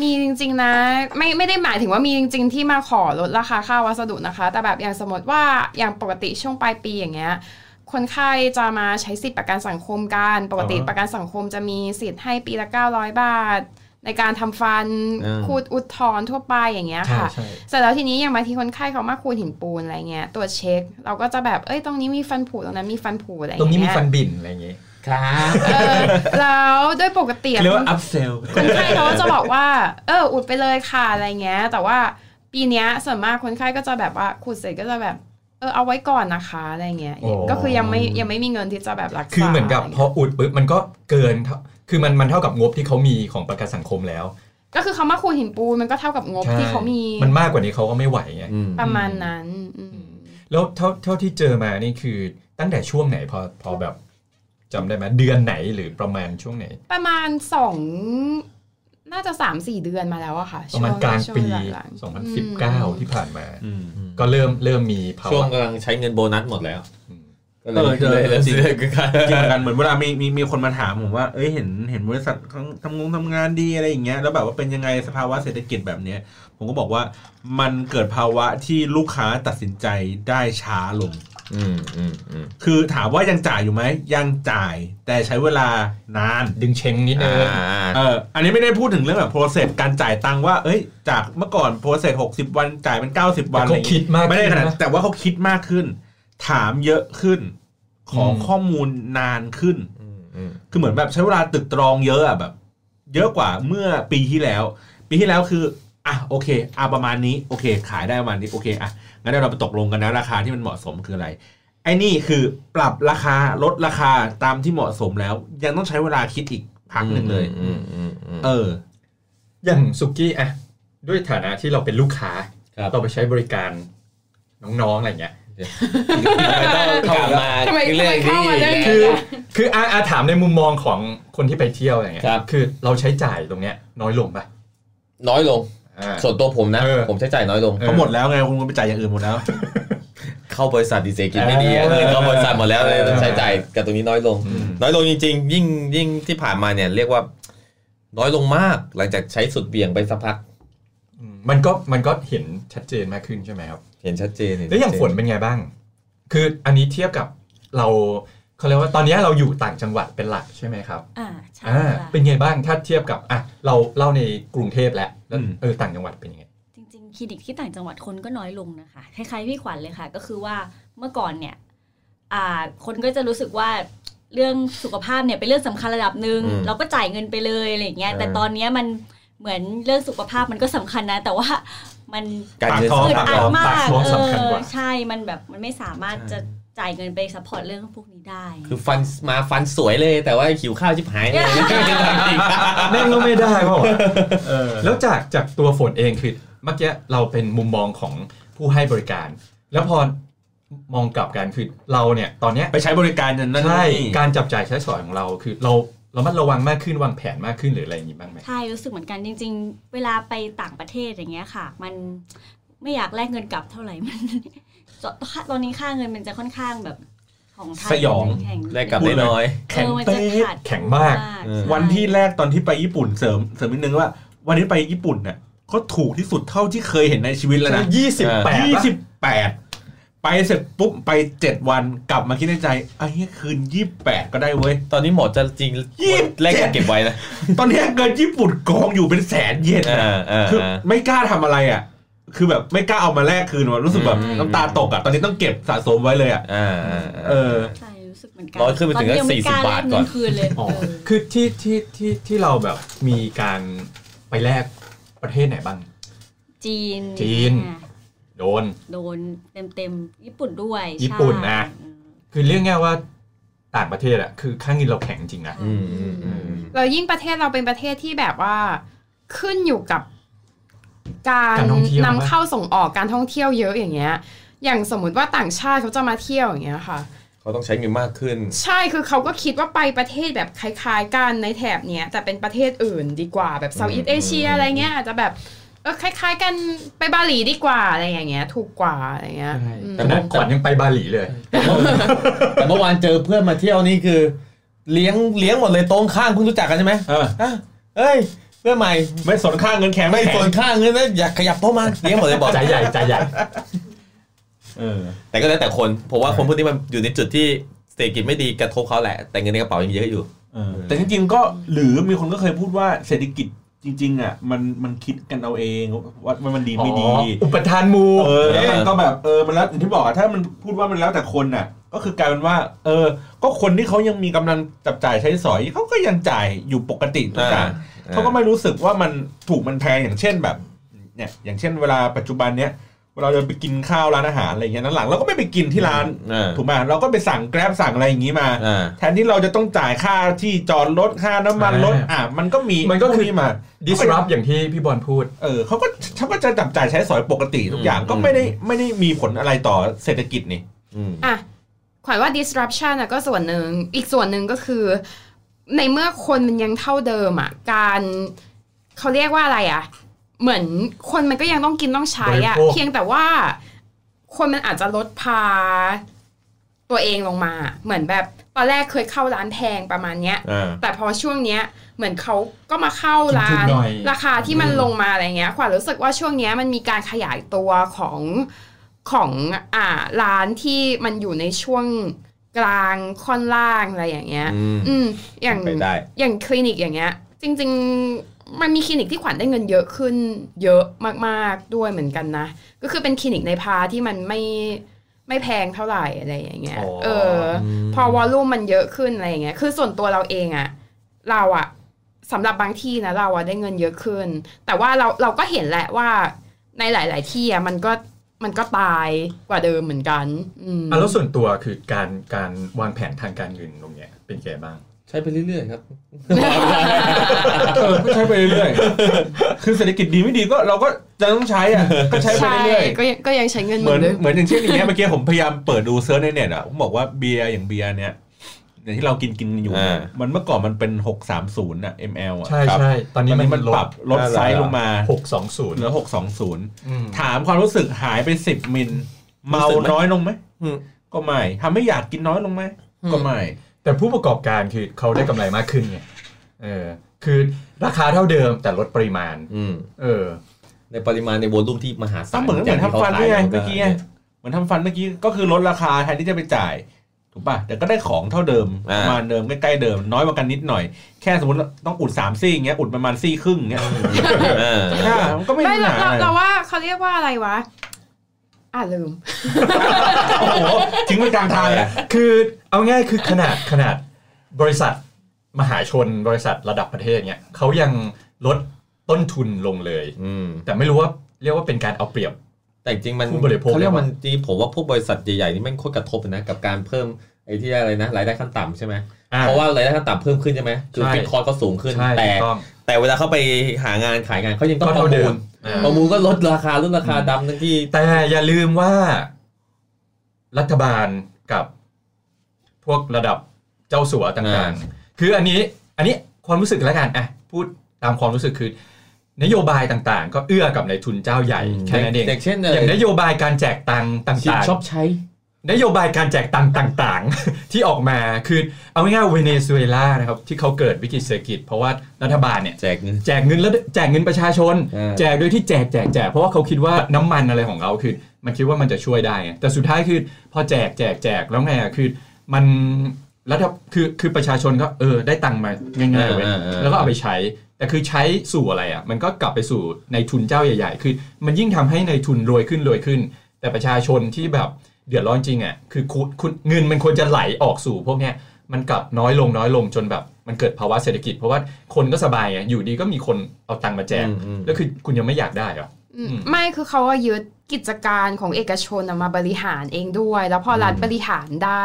มีจริงๆนะไม่ไม่ได้หมายถึงว่ามีจริง ๆ ที่มาขอลดราคาค่าวัสดุนะคะ แต่แบบอย่างสมมติว่าอย่างปกติช่วงปลายปีอย่างเงี้ยคนไข้จะมาใช้สิทธิประกันสังคมกันปกติ อ่าฮะ ประกันสังคมจะมีสิทธิ์ให้ปีละ 900 บาท ในการทำฟัน อ่า ขูดอุดทอนทั่วไปอย่างเงี้ย ใช่ ค่ะ ใช่ เสร็จแล้วทีนี้อย่างบางทีคนไข้เขามาขูดหินปูนอะไรเงี้ยตรวจเช็ค เราก็จะแบบเอ้ยตรงนี้มีฟันผุตรงนั้นมีฟันผุอะไรอย่าง ตรง เงี้ย นี้มีฟันบินอะไรอย่างเงี้ย ครับ เออแล้วโดยปกติอะ เรียกว่าอัพเซล คนไข้เขาก็จะบอกว่า เอออุดไปเลยค่ะอะไรเงี้ย แต่ว่าปีเนี้ยส่วนมากคนไข้ก็จะแบบว่าขุดเสร็จก็จะแบบ เออเอาไว้ก่อนนะคะอะไรเงี้ยก็คือยังไม่ยังไม่มีเงินที่จะแบบรักษา คือเหมือนกับ ะพไรเงี้อยอุดปุ๊บมันก็เกินเท่าคือมันมันเท่ากับงบที่เขามีของประกันสังคมแล้ว ก็คือเขามาคูณหินปูนมันก็เท่ากับงบ ใช่ ที่เขามี มันมากกว่านี้เขาก็ไม่ไหวไง อืม ประมาณนั้นอืม แล้วเท่าเท่าที่เจอมานี่คือตั้งแต่ช่วงไหนพอพอแบบจำได้ไหมเดือนไหนหรือประมาณช่วงไหน ประมาณสองน่าจะสามสี่เดือนมาแล้วอะค่ะ ประมาณกลาง ช่ว ปี หลังๆ 2019 ที่ผ่านมา อืม ก็เริ่มเริ่มมีภา ช่วง วะ กำลังใช้เงินโบนัสหมดแล้ว อืม ก็เลย เออเจอ เลยเลย จริง เลยคือการ จริงเหมือนกันเหมือนเวลามีมีมีคนมาถามผมว่า เอ้ยเห็นเห็นบริษัทเขาทำงงทำงานดีอะไรอย่างเงี้ยแล้วแบบว่าเป็นยังไงสภาวะเศรษฐกิจแบบเนี้ย ผมก็บอกว่ามันเกิดภาวะที่ลูกค้าตัดสินใจได้ช้าลง อืมอืมอืม คือถามว่ายังจ่ายอยู่ไหมยังจ่ายแต่ใช้เวลานาน ดึงเชงนิดนึ อ่าง เอออันนี้ไม่ได้พูดถึงเรื่องแบบโปรเซสการจ่ายตังค์ว่า เอ้ย จากเมื่อก่อนโปรเซส60 วันจ่ายเป็น 90 วันอะไรแต่เขา อย่าง คิ งี้ ดมาก ไม่ได้ขนาด ขึ้ะ แต่ว่าเขาคิดมากขึ้น ถามเยอะขึ้น ขอ อืม ข้อมูลนานขึ้น อืมอืม คือเหมือนแบบใช้เวลาตึกตรองเยอะอะแบบ เยอะกว่าเมื่อปีที่แล้ว ปีที่แล้วคืออ่ะโอเคอ่ะประมาณนี้โอเค ขายได้ประมาณนี้โอเคอ่ะงั้นเดี๋ยวเราไปตกลงกันนะราคาที่มันเหมาะสมคืออะไร ไอ้นี่คือปรับราคาลดราคาตามที่เหมาะสมแล้ว ยังต้องใช้เวลาคิดอีกพักหนึ่งเลย อืมอืมอืม เออ อย่างสุกี้อะด้วยฐานะที่เราเป็นลูกค้า ครับ เราไปใช้บริการน้องๆอะไรเงี้ย ต้องกลับมา ทำไมทำ เรื่ ไม อง เข้า นี้ มา อีก ได้ แล้ คื ว อ คืออาอาถามในมุมมองของคนที่ไปเที่ยวอะไรเงี้ย ครับ คือเราใช้จ่ายตรงเนี้ยน้อยลงปะ น้อยลง อ่า ส่วนตัวผมนะ เออ ผมใช้จ่ายน้อยลง เออ เขาหมดแล้วไงคุณก็ไปจ่ายอย่างอื่นหมดแล้ว เข้าบริษัทดีเจกินไม่ดีอะเออเข้าบริษัทหมดแล้วเลยต้องใช้จ่ายกับตรงนี้น้อยลง อืม น้อยลงจริง ๆ ยิ่งยิ่งที่ผ่านมาเนี่ยเรียกว่า น้อยลงมากหลังจากใช้สุดเบี่ยงไปสักพัก อืมมันก็มันก็เห็นชัดเจนมากขึ้นใช่ไหมครับ เห็นชัดเจนเห็ แล้วอย่าง ชัดเจ ฝนเป็นไงบ้าง คืออันนี้เทียบกับเราเขาเรียกว่าตอนนี้เราอยู่ต่างจังหวัดเป็นหลักใช่ไหมครับ อ่าใช่ อ่า ค่ะ เป็นไงบ้างถ้าเทียบกับอ่ะเราเล่าในกรุงเทพแล้วแล้ว อืม เออต่างจังหวัดเป็นยังไง จริงๆ คลินิกที่ต่างจังหวัดคนก็น้อยลงนะคะ คล้ายๆพี่ขวัญเลยค่ะ ก็คือว่าเมื่อก่อนเนี่ยอ่าคนก็จะรู้สึกว่าเรื่องสุขภาพเนี่ยเป็นเรื่องสำคัญระดับหนึ่ง อืม เราก็จ่ายเงินไปเลยอะไรอย่างเงี้ย เออ แต่ตอนเนี้ยมันเหมือนเรื่องสุขภาพมันก็สำคัญนะ แต่ว่ามัน การเงิน ปากท้อง อึด สำคัญ อัดมา ปาก ก ท้อง เอ สำคัญก อ ว่า ใช่ มันแบบมันไม่สามารถจะจ่ายเงินไปซัพพอร์ตเรื่องพวกนี้ได้ คือฟันมาฟันสวยเลยแต่ว่าหิวข้าวชิบหายเลย แม่งก็ไม่ได้เป ล่าวะ เออ แล้วจากจากตัวฝนเองคือเมื่อกี้เราเป็นมุมมองของผู้ให้บริการ แล้วพอมองกลับกันคือเราเนี่ยตอนเนี้ย ไปใช้บริการอย่างนั้น ใช่ นี่ การจับจ่ายใช้สอยของเราคือเราเรามัดระวังมากขึ้นวางแผนมากขึ้นหรืออะไรอย่างนี้บ้างไหม ใช่ รู้สึกเหมือนกันจริง ๆ เวลาไปต่างประเทศอย่างเงี้ยค่ะ มันไม่อยากแลกเงินกลับเท่าไหร่ มันตอนนี้ค่าเงินมันจะค่อนข้างแบบของไทย สยอง แข็ง ได้กลับได้น้อย เออมันจะขาด แข็งมาก เออ ใช่ วันที่แรกตอนที่ไปญี่ปุ่นเสริมเสริมนิดนึงว่า วันนี้ไปญี่ปุ่นเนี่ยก็ถูกที่สุดเท่าที่เคยเห็นในชีวิตแล้วนะ ยี่สิบแปด ยี่สิบแปดไปเสร็จปุ๊บ ไปเจ็ดวันกลับมาคิดในใจไอ้เนี้ยคืนยี่แปดก็ได้เว้ย ตอนนี้หมอจะจริง ยี่สิบเจ็ด แลกกันเก็บไว้นะ ตอนเนี้ยเงินญี่ปุ่นกองอยู่เป็นแสนเยน เอ อะ อเออ คือ เออ ไม่กล้าทำอะไรอ่ะ คือแบบไม่กล้าเอามาแลกคืนว่ะรู้สึกแบบ อืม น้ำตาตกอ่ะ ตอนนี้ต้องเก็บสะสมไว้เลยอ่ะ อ่าา เอา อ ใช่รู้สึกเหมือนกัน ร้อยขึ้นไปถึง ตอยัม่ล้ 40บาทก่อน แลเงิคืนเลย อ๋อ เออ คือที่ที่ที่ที่เราแบบมีการไปแลกประเทศไหนบ้าง จีน จีน อ่ะ โดน โดนเต็มๆญี่ปุ่นด้วย ญี่ปุ่นนะ ใช่ คือเรื่องง่ายว่าต่างประเทศอะคือค่าเงินเราแข็งจริงนะ อืมอืมอืม เรายิ่งประเทศเราเป็นประเทศที่แบบว่าขึ้นอยู่กับการ การท่องเที่ยวน ำ ปะ เข้าส่งออกการท่องเที่ยวเยอะอย่างเงี้ย อย่างสมมติว่าต่างชาติเขาจะมาเที่ยวอย่างเงี้ยค่ะ เขาต้องใช้เงินมากขึ้น ใช่คือเขาก็คิดว่าไปประเทศแบบคล้าย ๆ กันในแถบเนี้ยแต่เป็นประเทศอื่นดีกว่าแบบเซาท์อีส อื เอ ม เชียอะไรเงี้ยอาจจะแบบเออคล้าย ๆ กันไปบาหลีดีกว่าอะไรอย่างเงี้ยถูกกว่าอะไรเงี้ยอืม แต่ขวัญยังไปบาหลีเลย แต่เมื่อวานเจอ เพื่อนมาเที่ยวนี่คือ เลี้ยงเลี้ยงหมดเลยโต๊ะข้างเพิ่งรู้จักกันใช่ไหม เออ อ่ะเอ้ย เพื่อนใหม่ ไม่สนค่าเงินแข็ง ไม่ส่วนข้างเงินนะอยากขยับโต๊ะมาเลี้ยงหมดเลยบอก ใจใหญ่ใจใหญ่ เออ แต่ก็แล้วแต่คนผมว่าคนพวกนี้มันอยู่ในจุดที่เศรษฐกิจไม่ดีกระทบเขาแหละ แต่เงินในกระเป๋ายังเยอะอยู่ เออแต่จริงๆก็หรือมีคนก็เคยพูดว่าเศรษฐกิจจริง ๆ อ่ะ มันมันคิดกันเอาเองว่าว่ามันดีไม่ดี อุปทานหมู เออแล้วมันก็แบบเออมันแล้วอย่างที่บอกอะถ้ามันพูดว่ามันแล้วแต่คนน่ะ ก็คือกลายเป็นว่า เออ ก็คนที่เขายังมีกำลังจับจ่ายใช้สอยเขาก็ยังจ่ายอยู่ปกติทุกอย่าง อ่า เขาก็ไม่รู้สึกว่ามันถูกมันแพงอย่างเช่นแบบ เนี่ย อย่างเช่นเวลาปัจจุบันเนี้ยเวลาเราไปกินข้าวร้านอาหารอะไรอย่างเงี้ยนั้นหลังเราก็ไม่ไปกินที่ร้าน อ่า ถูกไหมเราก็ไปสั่งแกร็บสั่งอะไรอย่างงี้มา อ่า แทนที่เราจะต้องจ่ายค่าที่จอดรถค่าน้ำมันรถอ่ะมันก็มี มันก็คือ พวมา disrupt อย่างที่พี่บอลพูด เออเขาก็เขาก็จะจับจ่ายใช้สอยปกติทุกอย่าง อืม ก็ไม่ได้ไม่ได้มีผลอะไรต่อเศรษฐกิจนี่ อืม อ่ะขวัญว่า disruption อะก็ส่วนหนึ่งอีกส่วนหนึ่งก็คือ ในเมื่อคนมันยังเท่าเดิมอ่ะการเขาเรียกว่าอะไรอ่ะ เหมือนคนมันก็ยังต้องกินต้องใช้อ่ะ บริโภค เพียงแต่ว่า คนมันอาจจะลดพา ตัวเองลงมา เหมือนแบบตอนแรกเคยเข้าร้านแพงประมาณเนี้ย อ่า แต่พอช่วงเนี้ยเหมือนเขาก็มาเข้าร้า ถูก น ๆหน่อย ราคาที่มันลงมาอะไรเงี้ยขวัญรู้สึกว่าช่วงเนี้ยมันมีการขยายตัวของของอ่าร้านที่มันอยู่ในช่วงกลางค่อนล่างอะไรอย่างเงี้ย อืม อืมอย่าง ไปได้ อย่างคลินิกอย่างเงี้ย จริง ๆ มันมีคลินิกที่ขวัญได้เงินเยอะขึ้น เยอะมากๆด้วยเหมือนกันนะ ก็คือเป็นคลินิกในพาที่มันไม่ไม่แพงเท่าไหร่อะไรอย่างเงี้ย อ๋อ เอออ ม พอวอลลุ่มมันเยอะขึ้นอะไรอย่างเงี้ยคือส่วนตัวเราเองอะเราอะสำหรับบางที่นะเราอะได้เงินเยอะขึ้น แต่ว่าเราเราก็เห็นแหละว่าในหลาย ๆ ที่อะมันก็มันก็ตายกว่าเดิมเหมือนกัน อืม อ่ะแล้วส่วนตัวคือการการวางแผนทางการเงินตรงเนี้ยเป็นไงบ้าง ใช้ไปเรื่อยๆครับ เออก็ใช้ไปเรื่อยๆคือเศรษฐกิจดีไม่ดีก็เราก็จะต้องใช้อ่ะก็ใช้ไป ใช่ เรื่อย ก็ยังก็ยังใช้เงิน ๆ เห เห มื มื อ อน นเดิม เหมือนอย่างเช่นอย่างเงี้ยเมื่อกี้ผมพยายามเปิดดูเซิร์ชในเน็ตอ่ะผมบอกว่าเบียร์อย่างเบียร์เนี้ยอย่างที่เรากินกินอยู่เนี่ย อ่ามั มันเมื่อก่อนมันเป็น 630น่ะ ml อ่ะ ใช่ ครับ ใช่ตอตนนี้ อน มัน นี้มันปรับลดไซส์ลงมา หกสองศูนย์ เหลือ620 ถามความรู้สึกหายไปสิบมิลเมา รู้สึกไหม น้อยลงไหม อืม ก็ไม่ทำให้อยากกินน้อยลงไหมก็ไม่ แต่ผู้ประกอบการคือเขาได้กำไรมากขึ้นไงเออคือราคาเท่าเดิมแต่ลดปริมาณ อืม เออ ในปริมาณในวอลลุ่มที่มหาศา ก็ ล เหมือนเหมือนทำฟันนี่ไงเมื่อกี้ไงเหมือนทำฟันเมื่อกี้ก็คือลดราคาแทนที่จะไปจ่ายถูกป่ะแต่ก็ได้ของเท่าเดิมประมาณเดิมใกล้ๆเดิม น้อยกว่ากันนิดหน่อย แค่สมมติต้องอุดสามซี่อย่างเงี้ยอุดประมาณซี่ครึ่งเงี้ย เออ อ่ามันก็ไม่ ไม่ มีปัเราญหาอะไรเราเราว่าเขาเรียกว่าอะไรวะ อ่าลืม โอ้โหทิ้งไปกลางทางเลย คือเอาง่ายคือขนาดขนาดบริษัทมหาชนบริษัทระดับประเทศเนี่ยเขายังลดต้นทุนลงเลย อืม แต่ไม่รู้ว่าเรียกว่าเป็นการเอาเปรียบ แต่จริงๆมัน ผู้บริโภค เขาเรียกว่ามันจริงๆผมว่าพวกบริษัทใหญ่ๆนี่แม่งโคตรกระทบเลยนะกับการเพิ่มไอ้ที่อะไรนะรายได้ขั้นต่ำใช่ไหม อ่ เพราะว่ารายได้ขั้นต่ำเพิ่มขึ้นใช่ไหมคือ ใช่ ฟิกคอร์ก็สูงขึ้น ใช่ แต่ ถูกต้อง แต่เวลาเขาไปหางานขายงานเขายังต้อง ก็ ประ เท่าเดิ มูล ม อืม ประมูลก็ลดราคาลดราคาดำทั้งที่ แต่อย่าลืมว่ารัฐบาลกับพวกระดับเจ้าสัวต่างๆ คืออันนี้อันนี้ความรู้สึกแล้วกันอ่ะพูดตามความรู้สึกคือ นโยบายต่างๆ ก็เอื้อกับในายทุนเจ้าใหญ่แค่นั้นเอง อย่างเช่น อย่างนโยบายการแจกตังค์ต่ ชิม าง ชอบใช้ ๆ นโยบายการแจกตังค์ต่างๆ ที่ออกมาคือเอาง่ายๆเวเนซุเอลานะครับที่เขาเกิดวิกฤตเศรษฐกิจเพราะว่ารัฐบาลเนี่ย แจกเงิน แจกเงินแล้วแจกเงินประชาชน อ่า แจกโดยที่แจกแจกแจกเพราะว่าเขาคิดว่าน้ำมันอะไรของเขาคือ มันคิดว่ามันจะช่วยได้ไงแต่สุดท้ายคือพอแจกแจกแจกแล้วไงอะคือ มันรัฐคือคือประชาชนก็เออได้ตังค์มาง่ายๆเว้ยแล้วก็เอาไปใช้ แต่คือใช้สู่อะไรอ่ะมันก็กลับไปสู่ในทุนเจ้าใหญ่ ๆ คือ มันยิ่งทำให้ในทุนรวยขึ้นรวยขึ้น แต่ประชาชนที่แบบเดือดร้อนจริงอ่ะคือคุณคุณเงินมันควรจะไหลออกสู่พวกเนี้ย มันกลับน้อยลงน้อยลงจนแบบ มันเกิดภาวะเศรษฐกิจ เพราะว่าคนก็สบายไงอยู่ดีก็มีคนเอาตังค์มาแจก อืมอืม แล้วคือคุณยังไม่อยากได้เหรอ อืม อืม ไม่คือเขาว่ายึดกิจการของเอกชนน่ะมาบริหารเองด้วย แล้วพอรัฐบริหารได้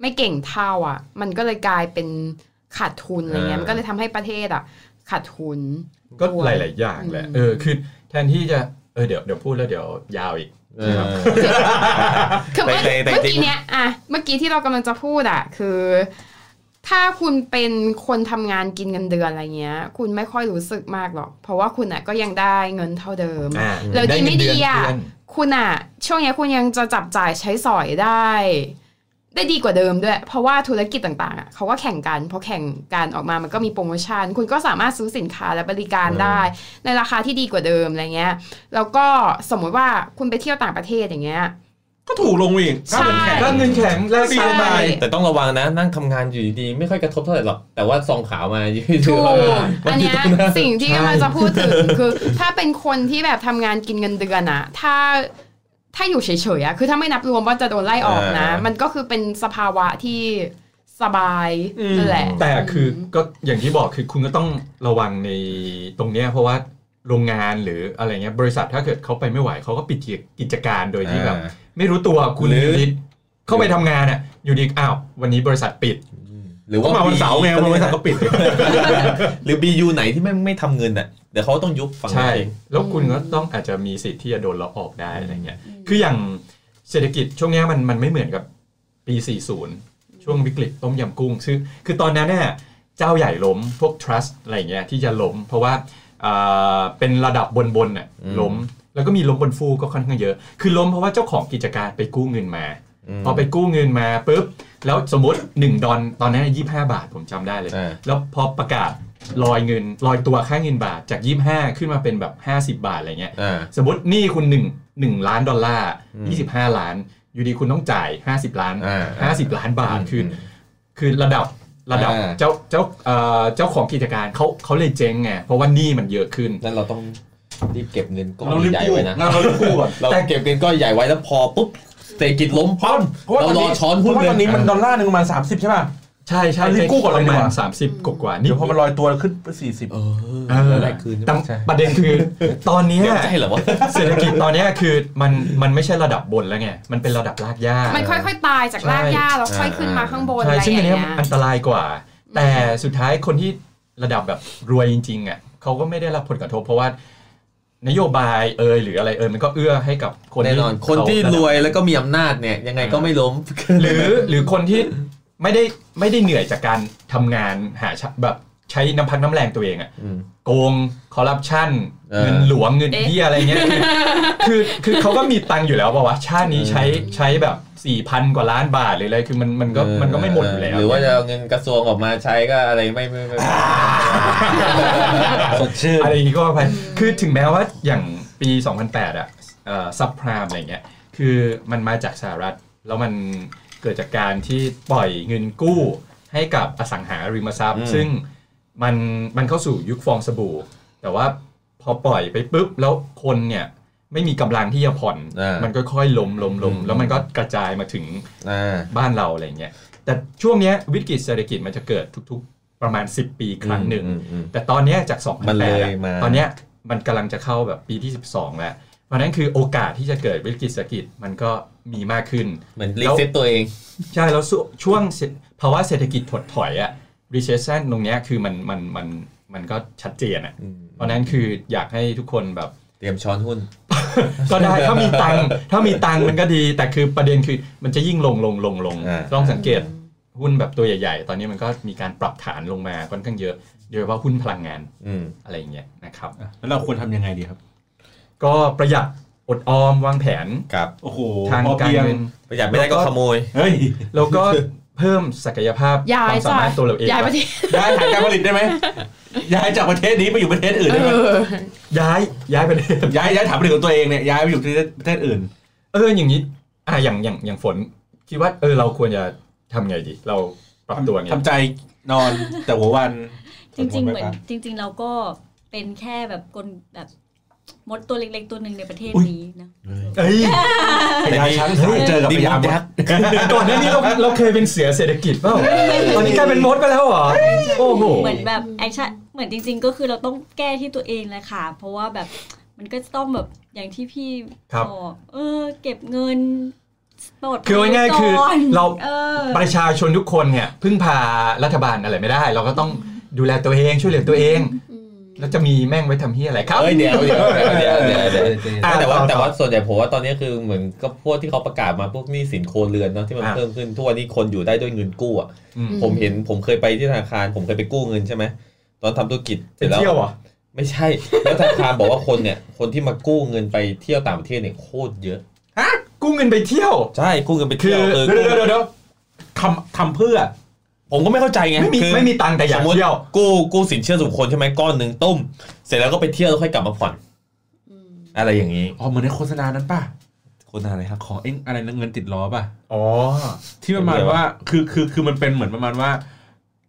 ไม่เก่งเท่าอ่ะ มันก็เลยกลายเป็นขาดทุนอะไรเงี้ย อ่ามั มันก็เลยทำให้ประเทศอ่ะ ขาดทุน ก็ ด้วย หลาย ๆ อย่างแหละ อืม เออคือแทนที่จะเออเดี๋ยวเดี๋ยวพูดแล้วเดี๋ยวยาวอีก เออ คือเมื่อ แต่แต่ เมื่อกี้ จริง เนี้ยอ่ะเมื่อกี้ที่เรากำลังจะพูดอ่ะคือ ถ้าคุณเป็นคนทำงานกินเงินเดือนอะไรเงี้ย คุณไม่ค่อยรู้สึกมากหรอก เพราะว่าคุณอ่ะก็ยังได้เงินเท่าเดิม อ่า แล้วดีไม่ดีอ่ะ เนเนเดืน คุณอ่ะ ช่วงเนี้ยคุณยังจะจับจ่ายใช้สอยได้ ได้ดีกว่าเดิมด้วย เพราะว่าธุรกิจต่างๆอ่ะเขาก็แข่งกัน พอแข่งกันออกมามันก็มีโปรโมชั่น คุณก็สามารถซื้อสินค้าและบริการได้ ในราคาที่ดีกว่าเดิมอะไรเงี้ย แล้วก็สมมุติว่าคุณไปเที่ยวต่างประเทศอย่างเงี้ย ก็ถูกลงอีกค่าเหมือนแขก ก็เงินแข็งแล้วซีไป ใช่ แต่ต้องระวังนะนั่งทำงานอยู่ดีๆไม่ค่อยกระทบเท่าไหร่หรอก แต่ว่าซองขาวมายืด ถูก มั อัน ยู่ เนี้ย ตรงหา สิ่งที่กำลังจะพูดถึงคือ ถ้าเป็นคนที่แบบทำงานกินเงินเดือนอะถ้าถ้าอยู่เฉยๆอะคือถ้าไม่นับรวมว่าจะโดนไล่ออกนะ เออ มันก็คือเป็นสภาวะที่สบาย อืม นั่นแหละ แต่คือก็อย่างที่บอกคือคุณก็ต้องระวังในตรงเนี้ยเพราะว่าโรงงานหรืออะไรเงี้ยบริษัทถ้าเกิดเขาไปไม่ไหวเขาก็ปิดกิจการโดยที่แบบ อ่า ไม่รู้ตัวคุณ หรือ อ ยู่ดีเข้าไปทำงานอ่ะอยู่ดีอ้าววันนี้บริษัทปิด หรือ ก็ ว่า มาวันเสาร์ไงวันบริษัทก็ปิด หรือบียูไหนที่ไม่ไม่ทำเงินอ่ะเดี๋ยวเขาต้องยุบฝั่ง ใช่ นั้นเอง แล้วคุณ อืม ก็ต้องอาจจะมีสิทธิ์ที่จะโดนเราออกได้อะไรเงี้ย อืม คืออย่างเศรษฐกิจช่วงเนี้ยมันมันไม่เหมือนกับปี 40 ช่วงวิกฤตต้มยำกุ้งซึ่งคือตอนนั้นเนี่ยเจ้าใหญ่ล้มพวก trust อะไรเงี้ยที่จะล้ม เพราะว่าอ่าเป็นระดับบนบนน่ะ อืม ล้ม แล้วก็มีล้มบนฟูกก็ค่อนข้างเยอะ คือล้มเพราะว่าเจ้าของกิจการไปกู้เงินมา ม พอไปกู้เงินมาปุ๊บแล้วสมมติ 1 ดอลตอนนั้นยี่ห้าบาทผมจำได้เลย อ่า แล้วพอประกาศลอยเงินลอยตัวค่าเงินบาทจาก 25 ขึ้นมาเป็นแบบ 50 บาทอะไรเงี้ย อ่า สมมติหนี่คุณ1 1 ล้านดอลลาร์ อืม 25 ล้าน อยู่ดีคุณต้องจ่าย 50 ล้าน อ่า 50 ล้านบาท อืม คือคือระดับระดับ อ่า เจ้าเจ้าเอ่อเจ้าของกิจการเขาเขาเลยเจ๊งไงเพราะว่าหนี้มันเยอะขึ้น นั่นเราต้องรีบเก็บเงินก้อน เรารีบ ใหญ่ กู้ ไว้นะ เรารีบกู้ก่อน เราเก็บเงินก้อนใหญ่ไว้แล้วพอปุ๊บเศรษฐกิจล้มปั๊บเรารอช้อน เพ หุ้น ราะว่า เลย ตอนนี้มันดอลลาร์หนึ่งประมาณ 30 ใช่ป่ะ ใช่ใช่ เอารีบกู้ก่อน ป เลย ระ ดีกมาณว่า 30 กว่ากว่าๆ เดี๋ นี่ ยวพอมันลอยตัวขึ้นไป40 เอ เอ อ อ แรกคืน แต่ ใช่ ประเด็นคือตอนเนี้ย ใช่เหรอวะ เศรษฐกิจตอนเนี้ยคือมันมันไม่ใช่ระดับบนแล้วไงมันเป็นระดับลากย่า มันค่อยๆตายจากรากหญ้าแล้วค่อยขึ้นมาข้างบน ใช่ อะไรอ ซึ่งอัน ย่าง เนี้ย เงี้ย อันตรายกว่า แต่สุดท้ายคนที่ระดับแบบรวยจริงๆอ่ะเขาก็ไม่ได้รับผลกระทบ เพราะว่านโยบายเอยหรืออะไรเอยมันก็เอื้อให้กับคน แน่นอน คนที่รวยแล้วก็มีอำนาจเนี่ย ยังไงก็ไม่ล้ม หรือ หรือคนที่ไม่ได้ไม่ได้เหนื่อยจากการทำงานหาเช้าแบบใช้น้ำพักน้ำแรงตัวเองอ่ะโกงคอร์รัปชัน เออ เงินหลวงเงินเหี้ยอะไรเงี้ยคือคือคือเขาก็มีตังค์อยู่แล้วป่าวะชาตินี้ใช้ใช้แบบสี่พันกว่าล้านบาทหรืออะไรคือมันมันก็มันก็ไม่หมดอยู่แล้ว หรือว่าจะเอาเงินกระทรวงออกมาใช้ก็อะไรไม่ไม่ไม่ สดชื่น อะไรอย่างนี้ก็ว่าไปคือถึงแม้ว่าอย่างปี 2008 อ่ะซับพรามอะไรเงี้ย คือมันมาจากสหรัฐ แล้วมันเกิดจากการที่ปล่อยเงินกู้ให้กับอสังหาริมทรัพย์ ซึ่งมันมันเข้าสู่ยุคฟองสบู่ แต่ว่าพอปล่อยไปปุ๊บ แล้วคนเนี่ยไม่มีกำลังที่จะผ่อน มันก็ค่อยล้มล้มล้มแล้วมันก็กระจายมาถึง อ่า บ้านเราอะไรเงี้ย แต่ช่วงเนี้ยวิกฤตเศรษฐกิจมันจะเกิดทุกๆ ประมาณ 10 ปีครั้งหนึ่ง อืมอืมอืม แต่ตอนเนี้ยจาก2 0 0 มันเลยมา ตอนเนี้ยมันกำลังจะเข้าแบบปีที่ 12 แล้ว เพราะฉะนั้นคือโอกาสที่จะเกิดวิกฤตเศรษฐกิจมันก็มีมากขึ้น เหมือนรีเซ็ตตัวเอง ใช่แล้วสช่วงเศรษฐภาวะเศรษฐกิจถดถอยอะ recession ตรงเนี้ยคือมันมันมันมันก็ชัดเจนอะ อืม เพราะฉะนั้นคืออยากให้ทุกคนแบบ เตรียมช้อนหุ้น ก็ได้ถ้ามีตังค์ถ้ามีตังค์มันก็ดี แต่คือประเด็นคือมันจะยิ่งลงลงลงลง อ่า ต้องสังเกตหุ้นแบบตัวใหญ่ๆ ตอนนี้มันก็มีการปรับฐานลงมาค่อนข้างเยอะโดยเฉพาะหุ้นพลังงาน อืม อะไรอย่างเงี้ยนะครับ แล้วเราควรทำยังไงดีครับ ก็ประหยัดอดออมวางแผน ครับ โอ้โห ทาง พอ การ เพียง เงิน ประหยัดไม่ได้ก็ขโมย เฮ้ย แล้วก็ เพิ่มศักยภาพ ย้ายคาวมสา จ้ะ มารถตัวเราเอง ย้ายประเทศ ย้ายฐานการผลิตได้ไหมย้ายจากประเทศนี้ไปอยู่ประเทศอื่น เอ ได้ไหม อ ย้ายย้ายประเทศ ย้ายย้ายฐานผลิตของตัวเองเนี่ยย้ายไปอยู่ที่ประเทศอื่น เอออย่างนี้อ่ะอย่างอย่างอย่างฝนคิดว่าเออเราควรจะทำไงดี เราปรับตัวไง ทำใจนอน แต่หัววัน จริงๆ เห สวด มื ต์ อน ไว้ปะ จริง ๆ เราก็เป็นแค่แบบกลแบบมดตัวเล็กๆ ตัวหนึ่งในประเทศนี้นะ เอ้ย พญาช้างสายเจอกับพญามด ก่อนหน้านี้เราเราเคยเป็นเสือเศรษฐกิจเปล่าตอนนี้กลายเป็นมดไปแล้วเหรอ โอ้โห เหมือนแบบแอคชั่นเหมือนจริง ๆ ก็คือเราต้องแก้ที่ตัวเองแหละค่ะ เพราะว่าแบบมันก็จะต้องแบบอย่างที่พี่ ครับ อกเออ เก็บเงินปลด คือง่ายๆคือ ก่น เรา เออ ประชาชนทุกคนเนี่ยพึ่งพารัฐบาลอะไรไม่ได้ เราก็ต้องดูแลตัวเองช่วยเหลือตัวเอง อืม แล้วจะมีแม่งไว้ทำเฮียอะไรครับ เอ้ยเดี๋ยวเดี๋ยวเดี๋ยวเดี๋ยวเดี๋ยวเดี๋ยว อ่ะ แต่ว่า ต่อต่อ แต่ว่าส่วนใหญ่ผมว่าตอนนี้คือเหมือนก็พวกที่เขาประกาศมาพวกหนี้สินโครวเรือนเนาะที่มัน อ่ะ เพิ่มขึ้นทั่วนี้คนอยู่ได้ด้วยเงินกู้อ่ะ อืม ผมเห็นผมเคยไปที่ธนาคาร ผมเคยไปกู้เงินใช่ไหมตอนทำธุรกิจเส เป็ ร็จ น แล้ว เที่ยวเหรอ่ะ ไม่ใช่ แล้วธนาคารบอกว่าคนเนี่ย คนที่มากู้เงินไปเที่ยวต่างประเทศเนี่ยโคตรเยอะ ฮะกู้เงินไปเที่ยว ใช่กู้เงินไป คื เที่ย อ วเออ เดี๋ยวเดี๋ยวเดี๋ยวเดี๋ยว ทำทำเพื่อ ผมก็ไม่เข้าใจไง ไม่มี คือ ไม่มีตังค์แต่อยากเที่ยว กู้กู้สินเชื่อส่วนบุคคลใช่ไหมก้อนหนึ่งตุ้ม เสร็จแล้วก็ไปเที่ยวแล้วค่อยกลับมาผ่อน อะไรอย่างนี้ อ๋อ เหมือนในโฆษณานั้นป่ะ คนอะไรครับ ของเอ็งอะไรนะเงินติดล้อป่ะ อ๋อ ที่ประมาณว่า คือ คือ คือ มันเป็นเหมือนประมาณว่า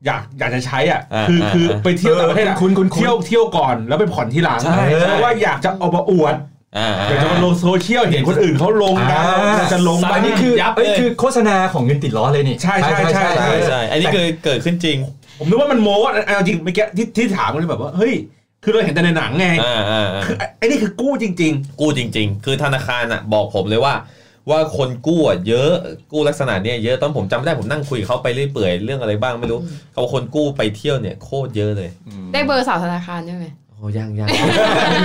อยาก อยากจะใช้อ่ะ อ่า คือ อ่า คือ อ่า ไปเที่ยวต่างประเทศอะ เออคุ้นคุ้นคุ้น เที่ยว เที่ยวก่อน แล้วไปผ่อนที่หลัง ใช่ ใช่ เพราะว่าอยากจะเอามาอวด อ่า อยากจะมาลงโซเชียล เห็นคนอื่นเขาลงกันอยากจะลง อันนี้คือ ยับ เอ้ย เลย คือโฆษณาของเงินติดล้อเลยนี่ ใช่ใช่ใช่ ใช่ใช่อันนี้คือเกิดขึ้นจริง ผมนึกว่ามันโม้อะเอาจริงเมื่อกี้ที่ที่ถามก็เลยแบบว่า เฮ้ย คือเราเห็นแต่ในหนังไง อ่าอ่าอ่า คือไอ้ไอ้นี่คือกู้จริง กู้จริง ๆ คือธนาคารอ่ะบอกผมเลยว่า ว่าคนกู้อะเยอะกู้ลักษณะเนี้ยเยอะตอนผมจำได้ผมนั่งคุยกับเขาไปเรื่อยเปื่อยเรื่องอะไรบ้างไม่รู้เขาบอกคนกู้ไปเที่ยวเนี่ยโคตรเยอะเลย อืม ได้เบอร์สาวธนาคารใช่ไหม โอ้ยังยัง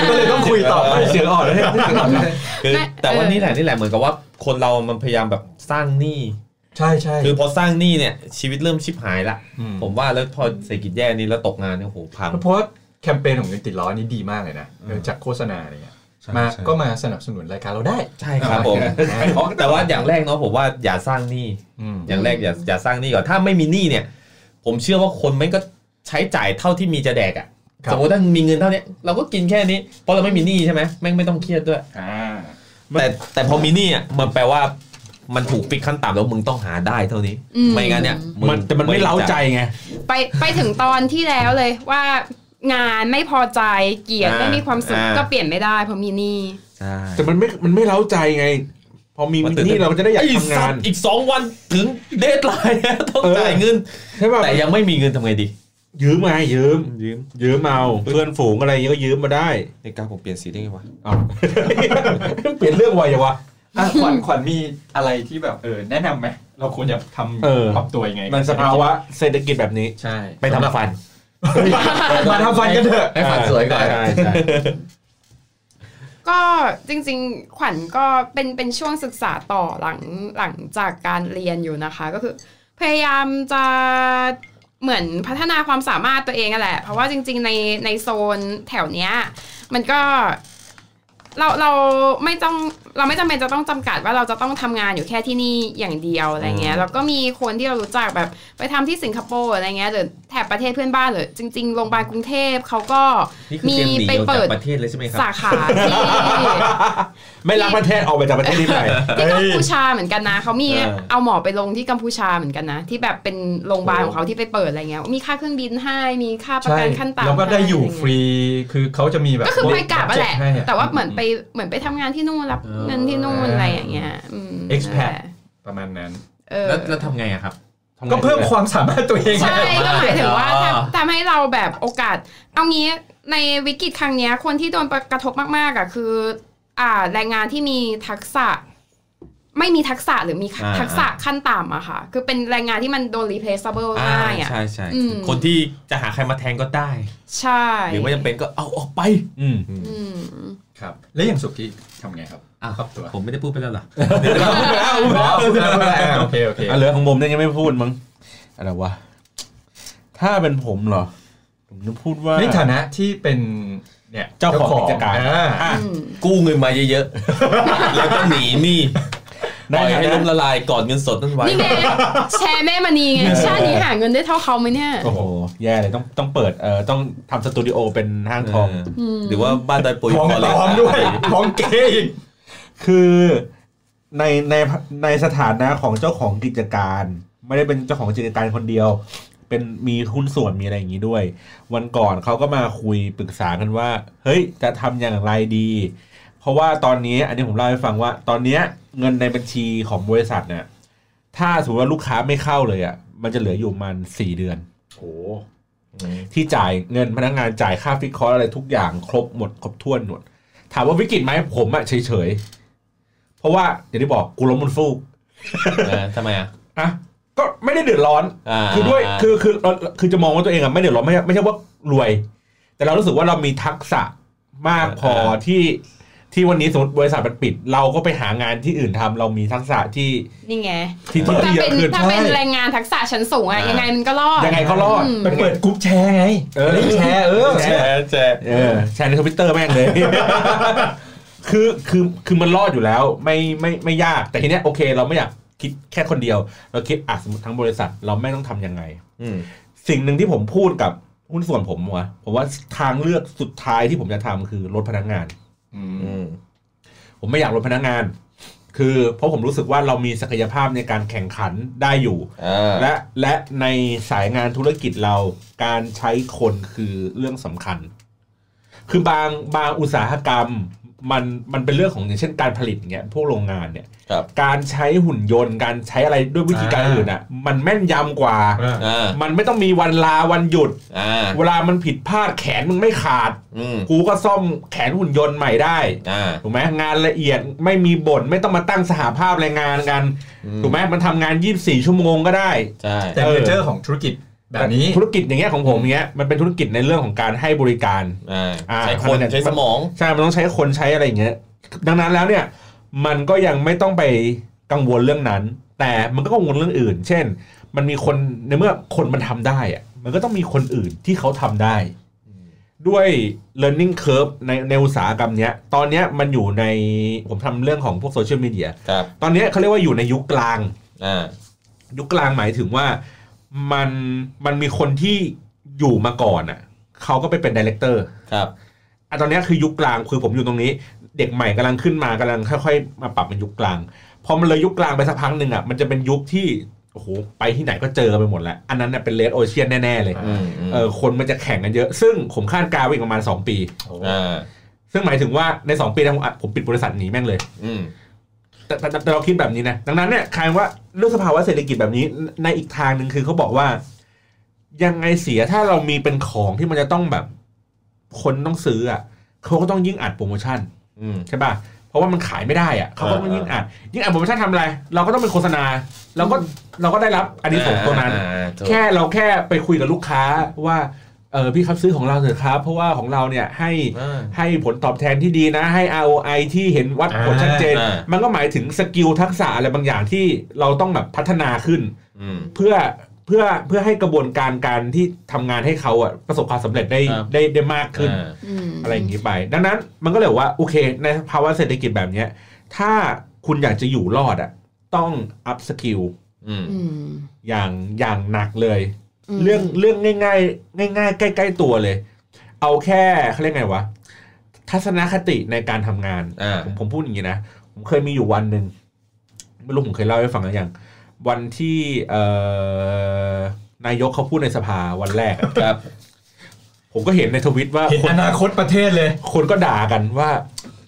ก็เลยต้องคุยต่อไป ๆ เสียงอ่อนเลยเนี่ย คือ ไม่ แต่ว่า เออ นี่แหละนี่แหละเหมือนกับว่าคนเรามันพยายามแบบสร้างหนี้ ใช่ใช่ คือพอสร้างหนี้เนี่ยชีวิตเริ่มชิบหายละ ม ผมว่าแล้วพอเศรษฐกิจแย่นี่แล้วตกงานเนี่ยโหพัง เพราะว่าแคมเปญของเงินติดล้อนี่ดีมากเลยนะเออจากโฆษณาอะไรเงี้ยมาก็มาสนับสนุนรายการเราได้ ใช่ครับผม ไอ้ของ แต่ว่าอย่างแรกเนาะผมว่าอย่าสร้างหนี้ อืม อย่างแรกอย่าอย่าสร้างหนี้ก่อนถ้าไม่มีหนี้เนี่ย ผมเชื่อว่าคนมันก็ใช้จ่ายเท่าที่มีจะแดกอะ ครับ สมมติถ้ามีเงินเท่าเนี้ยเราก็กินแค่นี้เพราะเราไม่มีหนี้ใช่ไหมแม่งไม่ต้องเครียดด้วย อ่า แต่แต่พอมีหนี้อ่ะมันแปลว่ามันถูกฟิกขั้นต่ำแล้วมึงต้องหาได้เท่านี้ อืม ไม่งั้นเนี่ยง มันแต่มันไม่เล้าใจไง ไปไปถึงตอนที่แล้วเลยว่างานไม่พอใจเกลียด อ่า ไม่มีความสุข อ่า ก็เปลี่ยนไม่ได้เพราะมีหนี่ ใช่ แต่มันไม่ มันไม่เล้าใจไง พอมี มันตื่น นี่ เต้น เราจะได้อยาก ไอ้ ทำ สั งา ต น ว์อีกสองวันถึงเดทไลน์แล้วต้อง เออ จ่ายเงิน ใช่ป่ะ แต่ยังไม่มีเงินทำไงดี ยืมไงยืม ยืม ยืมเอาเพื่อนฝูงอะไรเงี้ยก็ยืมมาได้ ในกาผมเปลี่ยนสีได้ไงวะ เอาเปลี่ยนเรื่องไวจังวะ อ่ะขวัญขวัญมีอะไรที่แบบเออแนะนำไหมเราควรจะท เออ ำปรับตัวยังไง มันสภาวะเศรษฐกิจแบบนี้ ใช่ ไปทำฟัน มาทำฟันกันเถอะ ให้ฟันสวยก่อน ใช่ใช่ ก็จริงๆ ขวัญก็เป็นเป็นช่วงศึกษาต่อหลังหลังจากการเรียนอยู่นะคะ ก็คือพยายามจะเหมือนพัฒนาความสามารถตัวเองอะแหละ เพราะว่าจริง ๆ ในในโซนแถวเนี้ยมันก็เราเราไม่ต้องเราไม่จำเป็นจะต้องจำกัดว่าเราจะต้องทำงานอยู่แค่ที่นี่อย่างเดียวอะไรเงี้ยแล้วก็มีคนที่เรารู้จักแบบไปทำที่สิงคโปร์อะไรเงี้ยหรือแถบประเทศเพื่อนบ้านหรือจริงๆโรงพยาบาลกรุงเทพเขาก็ นี่คือ มี เตรียมไปหนีออก เปิดจากประเทศเลยใช่ไหมครั สาขาที่ ไม่รักประเทศออกไปจากประเทศนี้ไป ที่กัมพูชาเหมือนกันนะเขามี เออ เอาหมอไปลงที่กัมพูชาเหมือนกันนะ ที่แบบเป็นโรงพยาบาลของเขาที่ไปเปิดอะไรเงี้ยมีค่าเครื่องบินให้มีค่าประ ใช่ กันขั้นต่ำ แล้วก็ได้อยู่ ให้ะ ฟ เงี้ รีคือเขาจะมีแบบ ก็คือไปกลับอะแหละ ใช่อ แต่ว่าเหมือนไปเหมือนไปทำงานที่นู่นรับ เออ เงินที่นู่นอะไรอย่างเงี้ยอืม Expat ประมาณนั้น เออ แล้วแล้วทำไงอะครับ ก็เพิ่มความสามารถตัวเอง ใช่ ไง ก็หมายถึงว่า อ๋อ ทำทำให้เราแบบโอกาส เอางี้ในวิกฤตครั้งเนี้ยคนที่โดนกระทบมากๆอ่ะคือ อ่าแรงงานที่มีทักษะ ไม่มีทักษะหรือมี อ่า ทักษะขั้นต่ำอะค่ะ คือเป็นแรงงานที่มันโดน replaceable อ่า ง่ายอะ ใช่ใช่ อืม คนที่จะหาใครมาแทนก็ได้ ใช่ หรือไม่จำเป็นก็เอาออกไป อืม อืม ครับแล้วอย่างสุกี้ทำไงครับ อ้าว ปรับตัว ผมไม่ได้พูดไปแล้วเหรอ แล้วแล้วแล้วโอเคโอเค อ่ะเหลือของผมเนี่ยยังไม่พูดมั้งอะไรวะถ้าเป็นผมเหรอ ผมจะพูดว่า ในฐานะที่เป็นเนี่ย เจ้าของกิจการ อ่ อ่ะ อืม กู้เงินมาเยอะๆ แล้วก็หนีหนี้ป ได้ ล่อย ไง ให้ นะ ล้มละลายกอดเงินสดนั่นไว้ นี่ไงแชร์แม่มณีไงชาตินี้หาเงินได้เท่าเขาไหมเนี่ย โอ้โห แย่เลยต้องต้องเปิดเอ่อต้องทำสตูดิโอเป็นห้างทอง เออ ม หรือว่าบ้านดอยปุย ของ ก่น ปลเลย อมด้วยของเก๋อีก คือในในในสถานะของเจ้าของกิจการ ไม่ได้เป็นเจ้าของกิจการคนเดียว เป็นมีหุ้นส่วนมีอะไรอย่างนี้ด้วย วันก่อนเขาก็มาคุยปรึกษากันว่า เฮ้ยจะทำอย่างไรดี เพราะว่าตอนนี้อันนี้ผมเล่าให้ฟังว่า ตอนเนี้ยเงินในบัญชีของบริษัทเนี่ยถ้าสมมติว่าลูกค้าไม่เข้าเลยอ่ะมันจะเหลืออยู่ประมันสี่เดือน โอ้ ที่จ่ายเงินพนักงานจ่ายค่าฟิกคอร์อะไรทุกอย่างครบหมดครบถ้วนหมดถามว่าวิกฤตไหมผมอะเฉยๆ เพราะว่าอย่างที่บอกกูล้มบนฟูก เออทำไมอะ อะก็ไม่ได้เดือดร้อน า คือด้วยคือคือคือคือจะมองว่าตัวเองอะไม่เดือดร้อนไม่ใช่ไม่ใช่ว่ารวย แต่เรารู้สึกว่าเรามีทักษะมากพอ เออ ที่ที่วันนี้สมมติบริษัทมันปิด เราก็ไปหางานที่อื่นทำเรามีทักษะที่ นี่ไง ที่ที่ ถ้า ที่เย เป็ อะ น ขึ้น ถ้าเป็น ใช่ แรงงานทักษะชั้นสูงอะยังไงมันก็รอด ยังไงก็รอด อืม ไปเปิดกรุ๊ปแชร์ไง เออ แชร์เออ แชร์แชร์ เออแชร์ในทวิตเตอร์แม่งเลย คือคือคือมันรอดอยู่แล้วไม่ไม่ไม่ยากแต่ทีเนี้ยโอเค เราไม่อยากคิดแค่คนเดียว เราคิดอ่ะสมมติทั้งบริษัทเราไม่งต้องทำยังไง อืม สิ่งหนึ่งที่ผมพูดกับหุ้นส่วนผมวะผมว่าทางเลือกสุดท้ายที่ผมจะทำคือลดพนักงาน อืม ผมไม่อยากลดพนักงาน คือเพราะผมรู้สึกว่าเรามีศักยภาพในการแข่งขันได้อยู่ อ่า และและในสายงานธุรกิจเราการใช้คนคือเรื่องสำคัญ คือบางบางอุตสาหกรรมมันมันเป็นเรื่องของอย่างเช่นการผลิตเงี้ยพวกโรงงานเนี่ย ครับ การใช้หุ่นยนต์ การใช้อะไรด้วยวิธีการ อ่า อื่นอ่ะ มันแม่นยำกว่า อ่า มันไม่ต้องมีวันลาวันหยุด อ่า เวลามันผิดพลาดแขนมึงไม่ขาด อืม กูก็ซ่อมแขนหุ่นยนต์ใหม่ได้ อ่า ถูกไหมงานละเอียดไม่มีบ่นไม่ต้องมาตั้งสหภาพแรงงานกัน ถูกไหมมันทำงาน 24 ชั่วโมงก็ได้ ใช่ แต่ เออ เจอร์ของธุรกิจแบบนี้ ธุรกิจอย่างเงี้ยของผมเงี้ยมันเป็นธุรกิจในเรื่องของการให้บริการ อ่า อ่า ใช้คนใช้สมอง ใช่ มันต้องใช้คนใช้อะไรอย่างเงี้ย ดังนั้นแล้วเนี่ย มันก็ยังไม่ต้องไปกังวลเรื่องนั้น แต่มันก็กังวลเรื่องอื่น เช่น มันมีคนในเมื่อคนมันทำได้อะมันก็ต้องมีคนอื่นที่เขาทำได้ ด้วย learning curve ในในอุตสาหกรรมเนี้ย ตอนเนี้ยมันอยู่ในผมทำเรื่องของพวกโซเชียลมีเดีย ครับ ตอนเนี้ยเขาเรียกว่าอยู่ในยุคกลาง อ่า ยุคกลางหมายถึงว่ามันมันมีคนที่อยู่มาก่อนอ่ะเขาก็ไปเป็นดีเลกเตอร์ ครับ อ่ะตอนเนี้ยคือยุคกลางคือผมอยู่ตรงนี้ เด็กใหม่กำลังขึ้นมากำลังค่อยๆ มาปรับเป็นยุคกลางพอมันเลยยุคกลางไปสักพักหนึ่งอ่ะมันจะเป็นยุคที่โอ้โหไปที่ไหนก็เจอไปหมดแล้ว อันนั้นเน่ยเป็นเลดโอเชียนแน่ๆเลย อืมอืม เออคนมันจะแข่งกันเยอะ ซึ่งผมคาดการณ์ไว้อีกประมาณ 2 ปี อ่า ซึ่งหมายถึงว่าใน 2 ปีนั้นผมอ่ะผมปิดบริษัทหนีแม่งเลย อืม แต่แต่แต่เราคิดแบบนี้นะ ดังนั้นเนี่ยคลายว่าเรื่องสภาวะเศรษฐกิจแบบนี้ในในอีกทางหนึ่งคือเขาบอกว่า ยังไงเสียถ้าเรามีเป็นของที่มันจะต้องแบบ คนต้องซื้ออ่ะเขาก็ต้องยิ่งอัดโปรโมชั่น อืม ใช่ป่ะเพราะว่ามันขายไม่ได้อ่ะเขาก็ต้อง เออ ยิ่งอัดยิ่งอัดโปรโมชั่นทำอะไร เราก็ต้องเป็นโฆษณาเราก็เราก็ได้รับอันนี้ส่งส์ตัวนั้น อ่าถูก แค่เราแค่ไปคุยกับลูกค้าว่าเออพี่ครับซื้อของเราเถอะครับ เพราะว่าของเราเนี่ยให้ อ่า ให้ผลตอบแทนที่ดีนะ ให้ ROI ที่เห็นวัดผลชัดเจน อ่า มันก็หมายถึงสกิลทักษะอะไรบางอย่างที่เราต้องแบบพัฒนาขึ้น อืม เพื่อเพื่อเพื่อให้กระบวนการการที่ทำงานให้เขาอะประสบความสำเร็จได้ ครับ ได้ได้มากขึ้น อ่า อืม อะไรอย่างนี้ไป ดังนั้นมันก็เลยว่า โอเค ในภาวะเศรษฐกิจแบบเนี้ยถ้าคุณอยากจะอยู่รอดอะต้องอัพสกิล อืม อืม อย่างอย่างหนักเลย ม เรื่องเรื่องง่ายๆ ง่าย ๆ ใกล้ ๆ ตัวเลย เอาแค่เขาเรียกไงวะ ทัศนคติในการทำงาน อ่า ผมผมพูดอย่างนี้นะ ผมเคยมีอยู่วันหนึ่งไม่รู้ผมเคยเล่าให้ฟังหรือยัง วันที่เอ่อนายกเขาพูดในสภาวันแรกอะ ครับ ผมก็เห็นในทวิตว่า เห็น คน อนาคตประเทศเลย คนก็ด่ากันว่า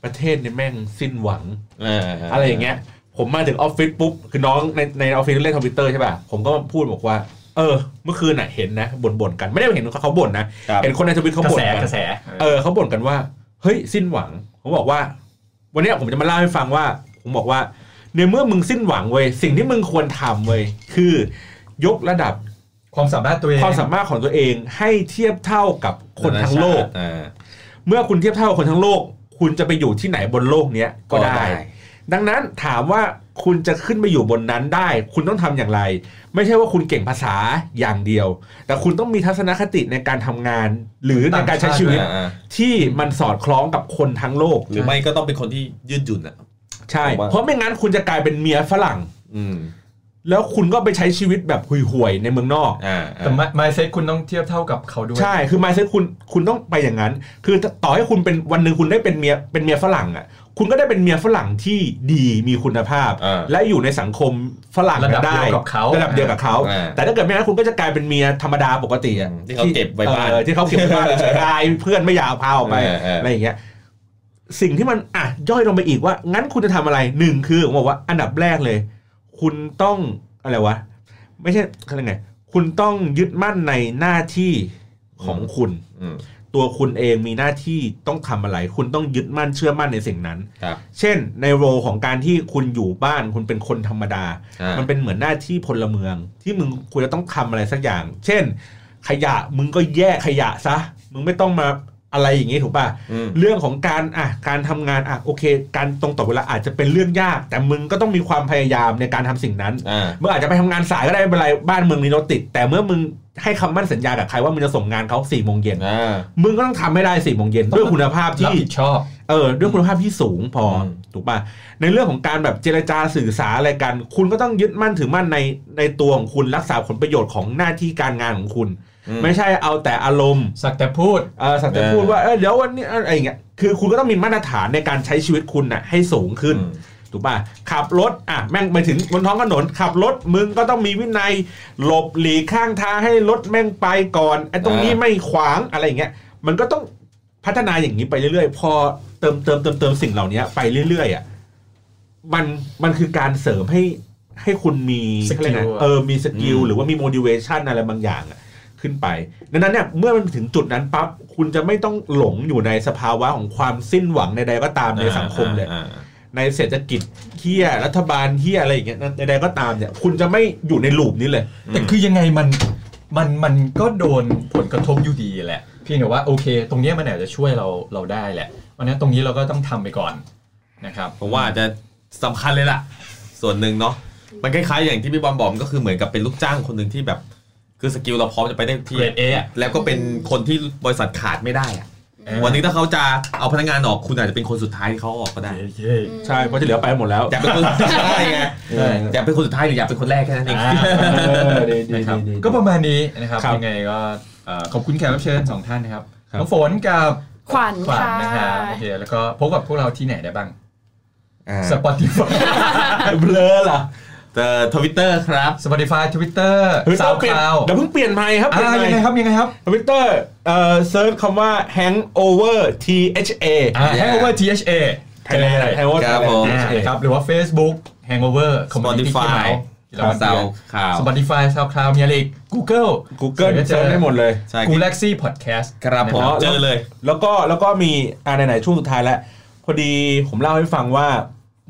ประเทศเนี่ยแม่งสิ้นหวัง อ่า อะไรอย่างเงี้ย ผมมาถึงออฟฟิศปุ๊บ คือน้องในในออฟฟิศเล่นคอมพิวเตอร์ใช่ป่ะ ผมก็พูดบอกว่า เออ เมื่อคืนน่ะเห็นนะบ่นๆกัน ไม่ได้เห็นเขาบ่นนะ ครับ เห็นคนในทวิตเขา กระ บ่น แส กั ก น ระแส เออเขาบ่นกันว่า เฮ้ย สิ้นหวัง ผมบอกว่า วันเนี้ยผมจะมาเล่าให้ฟังว่า ผมบอกว่า ในเมื่อมึงสิ้นหวังเว้ย สิ่งที่มึงควรทำเว้ย คือยกระดับ ความสามารถตัวเอง ความสามารถของตัวเองให้เทียบเท่ากับคนทั้งโลก อ่า เมื่อคุณเทียบเท่ากับคนทั้งโลก คุณจะไปอยู่ที่ไหนบนโลกเนี้ยก็ได้ ดังนั้นถามว่าคุณจะขึ้นไปอยู่บนนั้นได้ คุณต้องทำอย่างไร ไม่ใช่ว่าคุณเก่งภาษาอย่างเดียว แต่คุณต้องมีทัศนคติในการทำงาน หรือในการใช้ชีวิต อ่าอ่า ที่มันสอดคล้องกับคนทั้งโลก หรือไม่ก็ต้องเป็นคนที่ยืดหยุ่นอ่ะ ใช่ ผมว่า เพราะไม่งั้นคุณจะกลายเป็นเมียฝรั่ง อืม แล้วคุณก็ไปใช้ชีวิตแบบห่วยๆในเมืองนอก อ่า แต่ อ่า ไมเซ็ตคุณต้องเทียบเท่ากับเขาด้วย ใช่คือ mindset คุณคุณต้องไปอย่างนั้น คือต่อให้คุณเป็นวันหนึ่งคุณได้เป็นเมียเป็นเมียฝรั่งอ่ะ คุณก็ได้เป็นเมียฝรั่งที่ดีมีคุณภาพ อ่า และอยู่ในสังคมฝรั่ง ระดับ ได้ เดียวกับเขา ระดับเดียวกับเขา อ่า แต่ถ้าเกิดไม่งั้นคุณก็จะกลายเป็นเมียธรรมดาปกติอะ ที่เขาเก็บไว้บ้าน เออที่เขาเก็บไว้บ้านเฉยๆได้เพื่อนไม่อยากพาออกไป เออเอออ อะไรอย่างเงี้ย สิ่งที่มันอ่ะย่อยลงไปอีกว่า งั้นคุณจะทำอะไรหนึ่งคือผมบอกว่าอันดับแรกเลย คุณต้องอะไรวะ ไม่ใช่เขาเรียกไง คุณต้องยึดมั่นในหน้าที่ของคุณ อืม ตัวคุณเองมีหน้าที่ต้องทำอะไร คุณต้องยึดมั่นเชื่อมั่นในสิ่งนั้น ครับ เช่น ในโรของการที่คุณอยู่บ้านคุณเป็นคนธรรมดา อ่า มันเป็นเหมือนหน้าที่พลเมือง ที่มึงควรจะต้องทำอะไรสักอย่าง เช่น ขยะมึงก็แยกขยะซะ มึงไม่ต้องมาอะไรอย่างงี้ถูกป่ะ อืม เรื่องของการอ่ะการทำงานอ่ะโอเค การตรงต่อเวลาอาจจะเป็นเรื่องยาก แต่มึงก็ต้องมีความพยายามในการทำสิ่งนั้น อ่า มึงอาจจะไปทำงานสายก็ได้ไม่เป็นไรบ้านมึงมีรถติด แต่เมื่อมึงให้คำมั่นสัญญากับใครว่ามึงจะส่งงานเขาสี่โมงเย็น อ่า มึงก็ต้องทำให้ได้สี่โมงเย็นด้วยคุณภาพ รับ ที่ ผิดชอบ เออด้วยคุณภาพที่สูงพออ ม ถูกป่ะในเรื่องของการแบบเจรจาสื่อสารอะไรกัน คุณก็ต้องยึดมั่นถือมั่นในในตัวของคุณรักษาผลประโยชน์ของหน้าที่การงานของคุณ อืม ไม่ใช่เอาแต่อารมณ์ สักแต่พูด เออสัตว์จะพูดว่าเออเดี๋ยววันนี้เอออะไรอย่างเงี้ยคือคุณก็ต้องมีมาตรฐานในการใช้ชีวิตคุณน่ะให้สูงขึ้น อืม ถูกป่ะขับรถอ่ะแม่งไปถึงบนท้องถนนขับรถมึงก็ต้องมีวินัยหลบหลีกข้างทางให้รถแม่งไปก่อนไอ้ตรงนี้ อ่า ไม่ขวางอะไรอย่างเงี้ยมันก็ต้องพัฒนาอย่างนี้ไปเรื่อยๆ พอเติมเติมเติมเติมสิ่งเหล่านี้ไปเรื่อยๆอ่ะมันมันคือการเสริมให้ให้คุณมี สเขากิลเรียนะเออมีสกิลหรือว่ามี motivation อะไรบางอย่างอะ ขึ้นไป ดังนั้นเนี่ยเมื่อมันถึงจุดนั้นปั๊บคุณจะไม่ต้องหลงอยู่ในสภาวะของความสิ้นหวังใดๆก็ตามในสังคมเลย อ่า ในเศรษฐกิจเฮียรัฐบาลเฮียอะไรอย่างเงี้ยใดๆก็ตามเนี่ย คุณจะไม่อยู่ในลูปนี้เลย แต่คือยังไงมันมันมันก็โดนผลกระทบอยู่ดีแหละเพียงแต่ว่าโอเค ตรงเนี้ยมันอาจจะช่วยเราเราได้แหละวันนั้นตรงนี้เราก็ต้องทำไปก่อนนะครับ ผมว่าอาจจะสำคัญเลยล่ะ ส่วนหนึ่งเนาะมันคล้ายๆอย่างที่พี่บอมบอกมันก็คือเหมือนกับเป็นลูกจ้างคนหนึ่งที่แบบ คือสกิลเราพร้อมจะไปได้ทุกที่ Grade A อะ แล้วก็เป็นคนที่บริษัทขาดไม่ได้อะ เออ วันนี้ถ้าเขาจะเอาพนักงานออกคุณอาจจะเป็นคนสุดท้ายที่เขาออกก็ได้ เย้ ใช่เพราะที่เหลือไปหมดแล้ว อยากเป็นคนสุดท้ายไง ใช่ อยากเป็นคนสุดท้ายหรืออยากเป็นคนแรกแค่นั้นเอง อ่านะครับก็ประมาณนี้นะครับ ครับ ยังไงก็เอ่อขอบคุณแขกรับเชิญสองท่านนะครับน้องฝนกับ ขวัญ ขวัญ ค่ะ นะครับโอเคแล้วก็พบกับพวกเราที่ไหนได้บ้าง อ่า Spotify เบลอเหรอ เจอทวิตเตอร์ครับ Spotify Twitter ฮ้ยต้องเปลี่ยน SoundCloud เดี๋ยวเพิ่งเปลี่ยนใหม่ครับเป อ่า ลี่ยนใหม่ ยังไงครับยังไงครับ ทวิตเตอร์เอ่อเซิร์ชคำว่า hangover tha อ่า Hangover THA ไทยแลน เจอเลย ด์ hangover ครับผม อ่า THA นะครับหรือว่า Facebook Hangover Community Spotify ที่เรา ซา เรี วย น ข่าว Spotify SoundCloud มีอะไรอีก Google Google ดี๋ยวก็ เจอได้หมดเลย ใช่ กูแล็กซี่พอดแคสต์ ครับผมเจอเลย แล้วก็แล้วก็มีอ่าไหนๆช่วงสุดท้ายแล้วพอดีผมเล่าให้ฟังว่า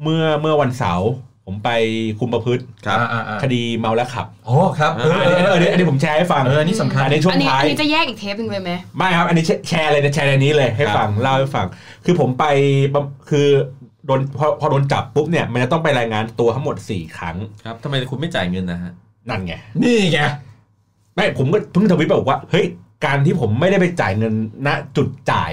เมื่อเมื่อวันเสาร์ผมไปคุมประพฤติ ครับ คดีเมาแล้วขับ โอ้ครับเออ อั เอน นี้ อ อัน เอ นี้ อ อันนี้ผมแชร์ให้ฟัง เออนี่สำคัญ อันนี้ช่ว อั ง นี้ ท้า อั ย นนี้จะแยกอีกเทปหนึ่งเลยไหม ไม่ครับ อันนี้แชร์แชร์เลยนะแชร์ในนี้เลยให้ฟังเล่าให้ฟัง คือผมไปประคือโดนพอพอโดนจับปุ๊บเนี่ยมันจะต้องไปรายงานตัวทั้งหมด 4 ครั้ง ครับทำไมคุณไม่จ่ายเงินนะฮะ นั่นไง นี่ไง ไม่ผมก็เพิ่งทวิตไปบอกว่าเฮ้ยการที่ผมไม่ได้ไปจ่ายเงินณจุดจ่าย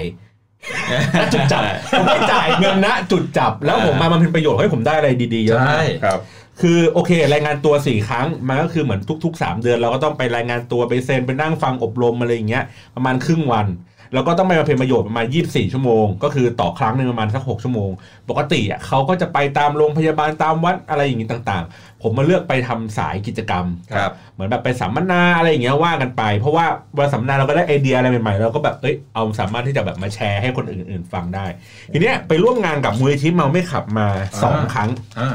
ณจุด จับผมไม่จ่ายเงินณจุดจับ แล้วผมมาบำเพ็ญประโยชน์ให้ยผมได้อะไรดีๆเยอะมาก ใช่ ครับ คือโอเค รายงานตัวสี่ครั้งมันก็คือเหมือนทุก ๆ 3 เดือน เราก็ต้องไปรายงานตัวไปเซ็นไปนั่งฟังอบรมอะไรอย่างเงี้ยประมาณครึ่งวัน แล้วก็ต้องไปบำเพ็ญประโยชน์ประมาณ 24 ชั่วโมง ก็คือต่อครั้งหนึ่งประมาณสัก 6 ชั่วโมง ปกติอ่ะเขาก็จะไปตามโรงพยาบาลตามวัดอะไรอย่างงี้ต่างๆ ผมมาเลือกไปทำสายกิจกรรม ครับ เหมือนแบบไปสัมมนาอะไรอย่างเงี้ยว่ากันไป เพราะว่าเวลาสัมมนาเราก็ได้ไอเดียอะไรใหม่ๆเราก็แบบเอ้ยเอาสามารถที่จะแบบมาแชร์ให้คนอื่นๆ ฟังได้ ทีเนี้ยไปร่วมงานกับมูลนิธิเมาไม่ขับมาสอง อ่า ครั้ง อ่า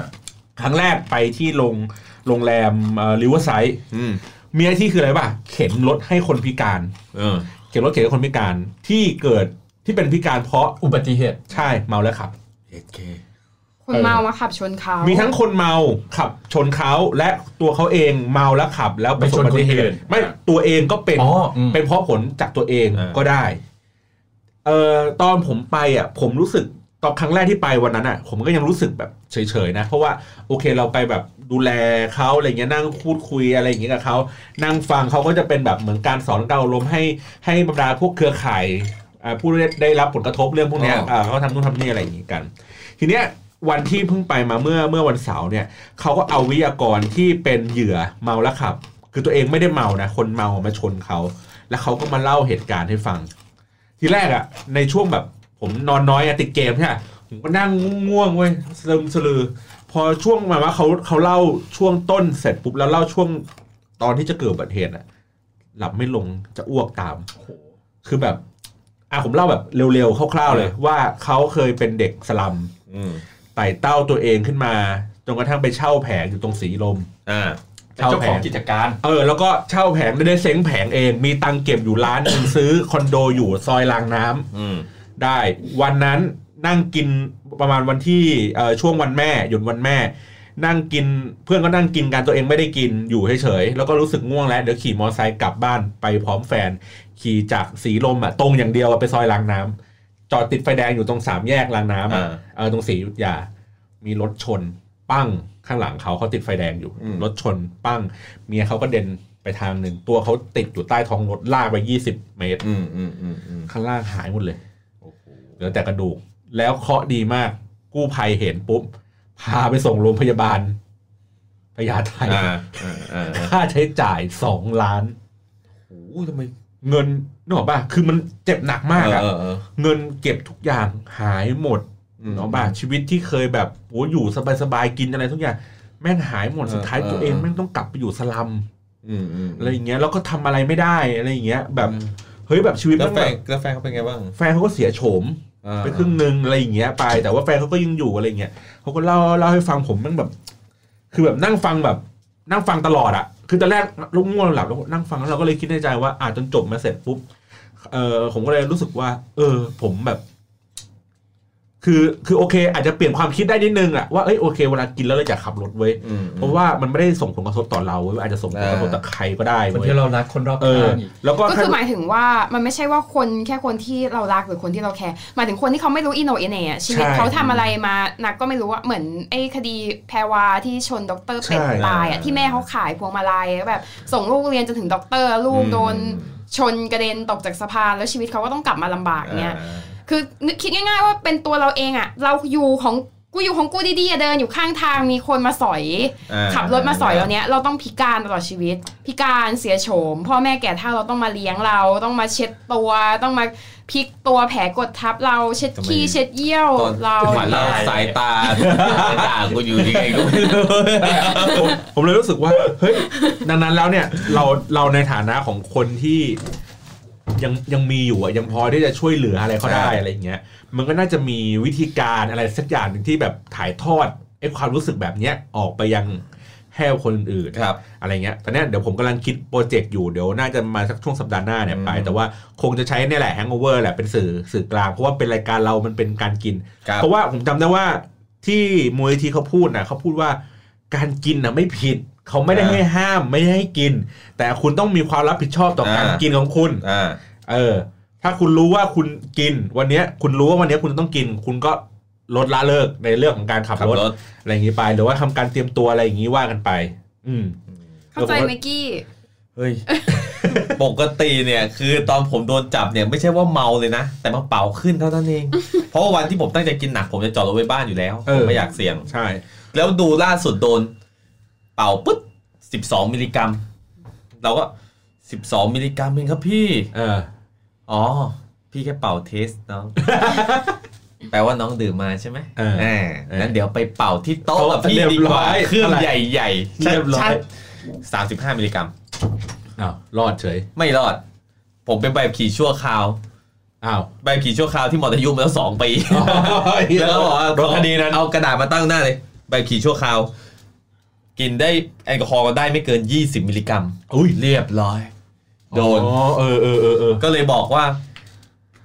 ครั้งแรกไปที่โรงโรงแรมริเวอร์ไซด์ อืม มีหน้าที่คืออะไรป่ะ เข็นรถให้คนพิการ เออ เข็นรถเข็นให้คนพิการที่เกิดที่เป็นพิการเพราะ อุบัติเหตุ ใช่เมาแล้วขับ 8K คุณ เออ เมามาขับชนเขา มี มี ทั้งคนเมาขับชนเขาและตัวเขาเองเมาแล้วขับ แล้วประสบอุบัติเหตุไม่ตัวเองก็เป็น อ๋ออืม เป็นเพราะผลจากตัวเอง เออ ก็ได้ เอ่อตอนผมไปอ่ะ ผมรู้สึกตอนครั้งแรกที่ไปวันนั้นอ่ะ ผมก็ยังรู้สึกแบบเฉยๆนะ เพราะว่าโอเคเราไปแบบดูแลเขาอะไรเงี้ยนั่งพูดคุยอะไรอย่างเงี้ยกับเขานั่งฟังเขาก็จะเป็นแบบเหมือนการสอนการอบรมให้ให้บรรดาพวกเครือข่ายอ่าผู้ได้ได้รับผลกระทบเรื่องพวกเนี้อ๋ออ่ยาเขาทำนู่นทำนี่อะไรอย่างงี้กัน ทีเนี้ยวันที่เพิ่งไปมาเมื่อเมื่อวันเสาร์เนี่ยเขาก็เอาวิทยากรที่เป็นเหยื่อเมาแล้วขับ คือตัวเองไม่ได้เมานะคนเมามาชนเขา แล้วเขาก็มาเล่าเหตุการณ์ให้ฟัง ทีแรกอะในช่วงแบบผมนอนน้อยอะติดเกมใช่ไหมผมก็นั่งง่วงๆเว้ยสลึมสลือ พอช่วงมาว่าเขาเขาเล่าช่วงต้นเสร็จปุ๊บแล้วเล่าช่วงตอนที่จะเกิดอุบัติเหตุอะหลับไม่ลงจะอ้วกตาม คือแบบอ่ะผมเล่าแบบเร็วๆคร่าวๆเลย ว่าเขาเคยเป็นเด็กสลัม อืม ไต่เต้าตัวเองขึ้นมาจนกระทั่งไปเช่าแผงอยู่ตรงสีลม อ่า เป็นเจ้าของกิจการ เออแล้วก็เช่าแผงได้เซ้งแผงเอง มีตังเก็บอยู่ร้านหนึง ซื้อคอนโดอยู่ซอยรางน้ำ อืม ได้ วันนั้นนั่งกินประมาณวันที่เอ่อช่วงวันแม่หยุดวันแม่ นั่งกินเพื่อนก็นั่งกินกันตัวเองไม่ได้กินอยู่เฉยๆแล้วก็รู้สึกง่วงแล้วเดี๋ยวขี่มอเตอร์ไซค์กลับบ้านไปพร้อมแฟน ขี่จากสีลมอ่ะตรงอย่างเดียวอะไปซอยรางน้ำจอดติดไฟแดงอยู่ตรงสามแยกรางน้ำอ่ะ อ่า เออตรงสีอยุทธยา มีรถชน ปั้งข้างหลังเขาเขาติดไฟแดงอยู่ อืม รถชน ปั้ง เมียเขาก็เด็นไปทางหนึ่งตัวเขาติดอยู่ใต้ท้องรถลากไปยี่สิบเมตร อืมอืมอืมอืม ข้างล่างหายหมดเลยเหลือแต่กระดูก แล้วเคราะห์ดีมาก กู้ภัยเห็นปุ๊บ พาไปส่งโรงพยาบาลพญาไท อ่าอ่าอ่า ค่าใช้จ่ายสองล้าน โอ้ยทำไม เงินนึกออกป่ะ คือมันเจ็บหนักมากอะ เออเออ เงินเก็บทุกอย่างหายหมด ม เนาะป่ะชีวิตที่เคยแบบโอ้อยู่สบายๆ กินอะไรทุกอย่าง แม่งหายหมด เออ สุดท้าย เออ ตัวเอง เออ แม่งต้องกลับไปอยู่สลัม อืมอืม อะไรอย่างเงี้ย แล้วก็ทำอะไรไม่ได้อะไรอย่างเงี้ย แบบ เฮ้ยแบบชีวิต แล้ว แม่ง แฟ แบ น บ แล้วแฟนเขาเป็นไงบ้าง แฟนเขาก็เสียโฉม อ่า ไปครึ่งหนึ่งอะไรอย่างเงี้ยไป แต่ว่าแฟนเขาก็ยังอยู่อะไรอย่างเงี้ยเขาก็เล่าเล่าให้ฟังผมแมันแบบ คือแบบนั่งฟังแบบ นั่งฟังตลอดอะคือตอนแรกลุกง่วงหลับแล้วนั่งฟังแล้วเราก็เลยคิดในใจว่าอ่าจนจบมาเสร็จปุ๊บเออผมก็เลยรู้สึกว่า เออ ผมแบบ คือคือโอเค อาจจะเปลี่ยนความคิดได้นิดนึงอะว่าเอ้ยโอเคเวลากินแล้วเราจะขับรถเว้ย อืมอืม เพราะว่ามันไม่ได้ส่งผลกระทบต่อเราเว้ยอาจจะส่งผลกระทบต่อใครก็ได้ คน เว้ย ที่เรารักคนรอบ เออ ข้างอีก แล้วก็ ก็ ถ้า คือหมายถึงว่ามันไม่ใช่ว่าคนแค่คนที่เรารักหรือคนที่เราแคร์หมายถึงคนที่เขาไม่รู้อินโนเอเน่อะชีวิต ใช่ เขาทำอะไรมานักก็ไม่รู้ว่าเหมือนไอ้คดีแพรวาที่ชนด็อกเตอร์เป็ด ใช่ ตายอะที่แม่เขาขายพวงมาลัยแล้วแบบ ส่งลูกเรียนจนถึงด็อกเตอร์ลูกโดน อืม ชนกระเด็นตกจากสะพานแล้วชีวิตเขาก็ต้องกลับมาลำบากเนี่ย อ่า คือนึกคิดง่ายๆว่าเป็นตัวเราเองอะเราอยู่ของกูอยู่ของกูดีๆอะเดินอยู่ข้างทางมีคนมาสอย อ่า ขับรถมาสอยเราเนี้ยเราต้องพิการตลอดชีวิต พิการเสียโฉม พ่อแม่แก่เท่าเราต้องมาเลี้ยงเราต้องมาเช็ดตัวต้องมาพลิกตัวแผลกดทับเราเช็ดขี้เช็ดเยี่ยว ตอน เรา ขวัญเราสายตา สายตากูอยู่ยังไงก็ไม่รู้ ผมผมเลยรู้สึกว่า เฮ้ย ดังนั้นแล้วเนี่ย เราเราในฐานะของคนที่ยังยังมีอยู่อะยังพอที่จะช่วยเหลืออะไรเขาได้ ใช่ อะไรอย่างเงี้ย มันก็น่าจะมีวิธีการอะไรสักอย่างหนึ่งที่แบบถ่ายทอดไอ้ความรู้สึกแบบเนี้ยออกไปยังแห้คนอื่นๆ ครับ อะไรเงี้ยตอนเนี้ยเดี๋ยวผมกำลังคิดโปรเจกต์อยู่ เดี๋ยวน่าจะมาสักช่วงสัปดาห์หน้าเนี่ย อืม ไป แต่ว่าคงจะใช้เนี่ยแหละ Hangover แหละเป็นสื่อสื่อกลาง เพราะว่าเป็นรายการเรามันเป็นการกิน ครับ เพราะว่าผมจำได้ว่าที่มูลนิธิเขาพูดนะเขาพูดว่าการกินนะไม่ผิด เขาไม่ได้ อ่า ให้ห้ามไม่ได้ให้กิน แต่คุณต้องมีความรับผิดชอบต่อการ อ่า กินของคุณ อ่า เออ ถ้าคุณรู้ว่าคุณกิน วันเนี้ยคุณรู้ว่าวันเนี้ยคุณต้องกิน คุณก็ลดละเลิกในเรื่องของการขับ ขับ รถ รถ อะไรอย่างนี้ไป หรือว่าทำการเตรียมตัวอะไรอย่างนี้ว่ากันไป อืม เข้าใจไหมกี้ เฮ้ย ปกติเนี่ย คือตอนผมโดนจับเนี่ยไม่ใช่ว่าเมาเลยนะ แต่มันเป่าขึ้นเท่านั้นเอง เพราะว่าวันที่ผมตั้งใจกินหนักผมจะจอดรถไว้บ้านอยู่แล้ว เออ ผมไม่อยากเสี่ยง ใช่ แล้วดูล่าสุดโดน เป่าปุ๊บสิบสองมิลลิกรัม เราก็สิบสองมิลลิกรัมเองครับพี่ เออ อ๋อ พี่แค่เป่าเทสน้อง แปลว่าน้องดื่มมาใช่ไหม เออ แหม เออ งั้นเดี๋ยวไปเป่าที่โต๊ะกับพี่ เรียบ ดีก ร้ ว่า อย เครื่อง เท่าไหร่ ใหญ่ๆ เรียบร้อย สามสิบห้ามิลลิกรัม อ้าวรอดเฉย ไม่รอด ผมเป็นใบขับขี่ชั่วคราว อ้าว ใบขับขี่ชั่วคราวที่หมดอายุมาแล้วสองปี แล้วก็บอกว่า โดนคดีนั้น เอากระดาษมาตั้งหน้าเลย ใบขับขี่ชั่วคราว กินได้แอลกอฮอล์ได้ไม่เกิน 20มิลลิกรัม อุ้ย เรียบร้อย โดน อ๋อเออเออเออเออ ก็เลยบอกว่า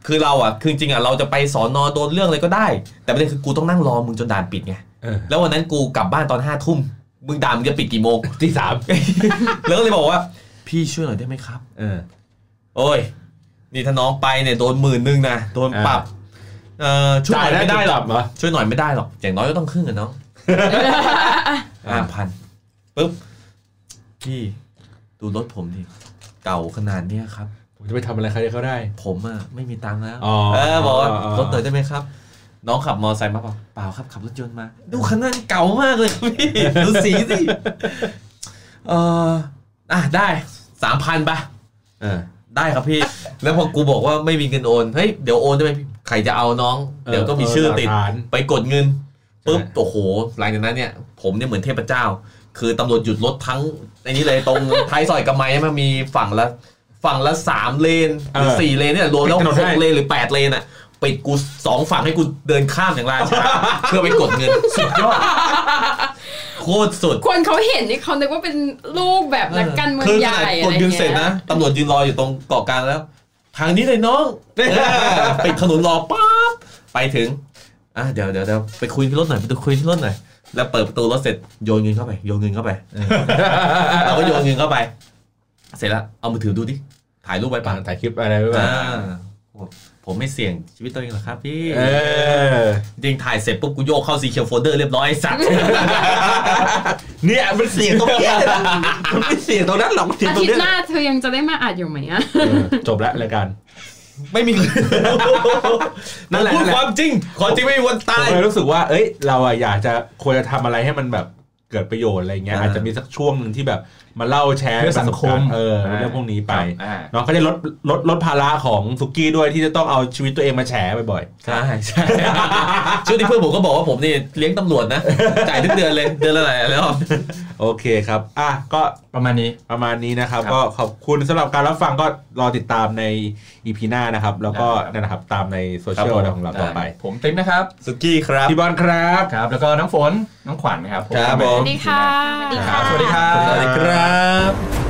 คือเราอ่ะ คือจริงๆอ่ะเราจะไปสอนอโดนเรื่องอะไรก็ได้ แต่ประเด็นคือกูต้องนั่งรอมึงจนด่านปิดไง เออ แล้ววันนั้นกูกลับบ้านตอนห้าทุ่ม มึงด่านมึงจะปิดกี่โมง ที่สาม แล้วก็เลยบอกว่า พี่ช่วยหน่อยได้ไหมครับ เออ โอ้ย นี่ถ้าน้องไปเนี่ยโดนหมื่นหนึ่งนะ โดนปรับ เอ่อช่วยห จ่าย น่อย ได้ได้ไม่ได้ ห ห รอรอก เหรอ ช่วยหน่อยไม่ได้หรอก อย่างน้อยก็ต้องครึ่งกัน เนาะห้าพันปุ๊บ พี่ ดูรถผมดิ เก่าขนาดเนี้ยครับ ผมจะไปทำอะไรใครเขาได้ ผมอ่ะไม่มีตังค์แล้ว อ๋อ เออบอกว่า อ๋ออ๋อ รถหน่อยได้ไหมครับ น้องขับมอไซค์มาเปล่าเปล่าครับขับรถยนต์มา ดูคันนั้นเก่ามากเลย ครับพี่ ดูสีสิ เอออ่ะได้สามพันปะ เออ ได้ครับพี่ แล้วพอกูบอกว่าไม่มีเงินโอน เฮ้ย เดี๋ยวโอนได้ไหมพี่ใครจะเอาน้อง เออ เดี๋ยวก็มีชื่อติด เออหลักฐาน ไปกดเงินปุ๊บ ใช่ โอ้โห หลังจากนั้นเนี่ย ผมเนี่ยเหมือนเทพเจ้า คือตำรวจหยุดรถทั้งไอันนี้เลยตรง ท้ายซอยกำไมมันมีฝั่งละ ฝั่งละสามเลนหรือสี่เลนเนี่ยรวมแล้วหกเลนหรือแปดเลนอ่ะปิดกูสองฝั่งให้กูเดินข้ามอย่างราชา เพื่อไปกดเงินสุดยอดโคตรสุด คนเขาเห็นนี่เขานึกว่าเป็นลูกแบบนักการเมือง คือ ให ข ญ่ นาด อะ ก ไร ด เงี้ย ยืนเสร็จนะตำรวจยืนรออยู่ตรงเกาะกลางแล้ว ทางนี้เลย น้องเออปิดถนนรอปั๊บไปถึงอ่ะเดี๋ยวเดี๋ยวเดี๋ยวไปคุยที่รถหน่อยไปดูคุยที่รถหน่อยแล้วเปิดประตูรถเสร็จโยนเงินเข้า ไปโยนเงินเข้าไปเราก็โยนเงินเข้าไป เสร็จแล้วเอามือถือดูดิ ไท ถ่ายรูปไว้ป่ะ ปางถ่ายคลิปอะไรไว้บ้า อ่าง ผมไม่เสี่ยงชีวิตตัวเองหรอกครับพี่ เออ จริงถ่ายเสร็จปุ๊บกูโยกเข้าซีเคียวโฟลเดอร์เรียบร้อยไอ้สัตว์ เนี่ยมันเสียงตรงเนี้ยนะมันไม่เสียงตรงนั้นหรอกมันเสียง อา ตรง ทิต เนี้ ย์ ย หน้าเธอยังจะได้มาอัดอยู่ไหมอะ เออจบแล้วรายการ ไม่มี นั่นแหละ ผมพูดความจริงขอจริงไม่มีวัน ผ ตาย มเลยรู้สึกว่า เอ้ย เราอะอยากจะควรจะทำอะไรให้มันแบบเกิดประโยชน์อะไรเงี้ย อ่า อาจจะมีสักช่วงหนึ่งที่แบบมาเล่าแชร์ เรื่องสังคม เออเรื่องพวกนี้ไป อ่า เนาะก็จะลดลดลดภาระของสุกี้ด้วยที่จะต้องเอาชีวิตตัวเองมาแฉบ่อย ใช่ใช่ ช่วงที่เพื่อนผมก็บอกว่าผมนี่เลี้ยงตำรวจนะ จ่ายทุกเดือนเลยเดือนละหลายรอบ ๆ โอเคครับ อ่ะก็ ประมาณนี้ ประมาณนี้นะครับ ครับ ก็ขอบคุณสำหรับการรับฟังก็รอติดตามในอีพีหน้านะครับ แล้วก็ ได้ครับ นั่นนะครับตามในโซเชียลของเราต่อไป ผมติ๊มนะครับ สุกี้ครับ พี่บอลครับ ครับ แล้วก็น้องฝนน้องขวัญครับ ครับผม สวัสดีค่ะ สวัสดี ค ค่ะ รับสวัสดีครับ สวัสดีครับ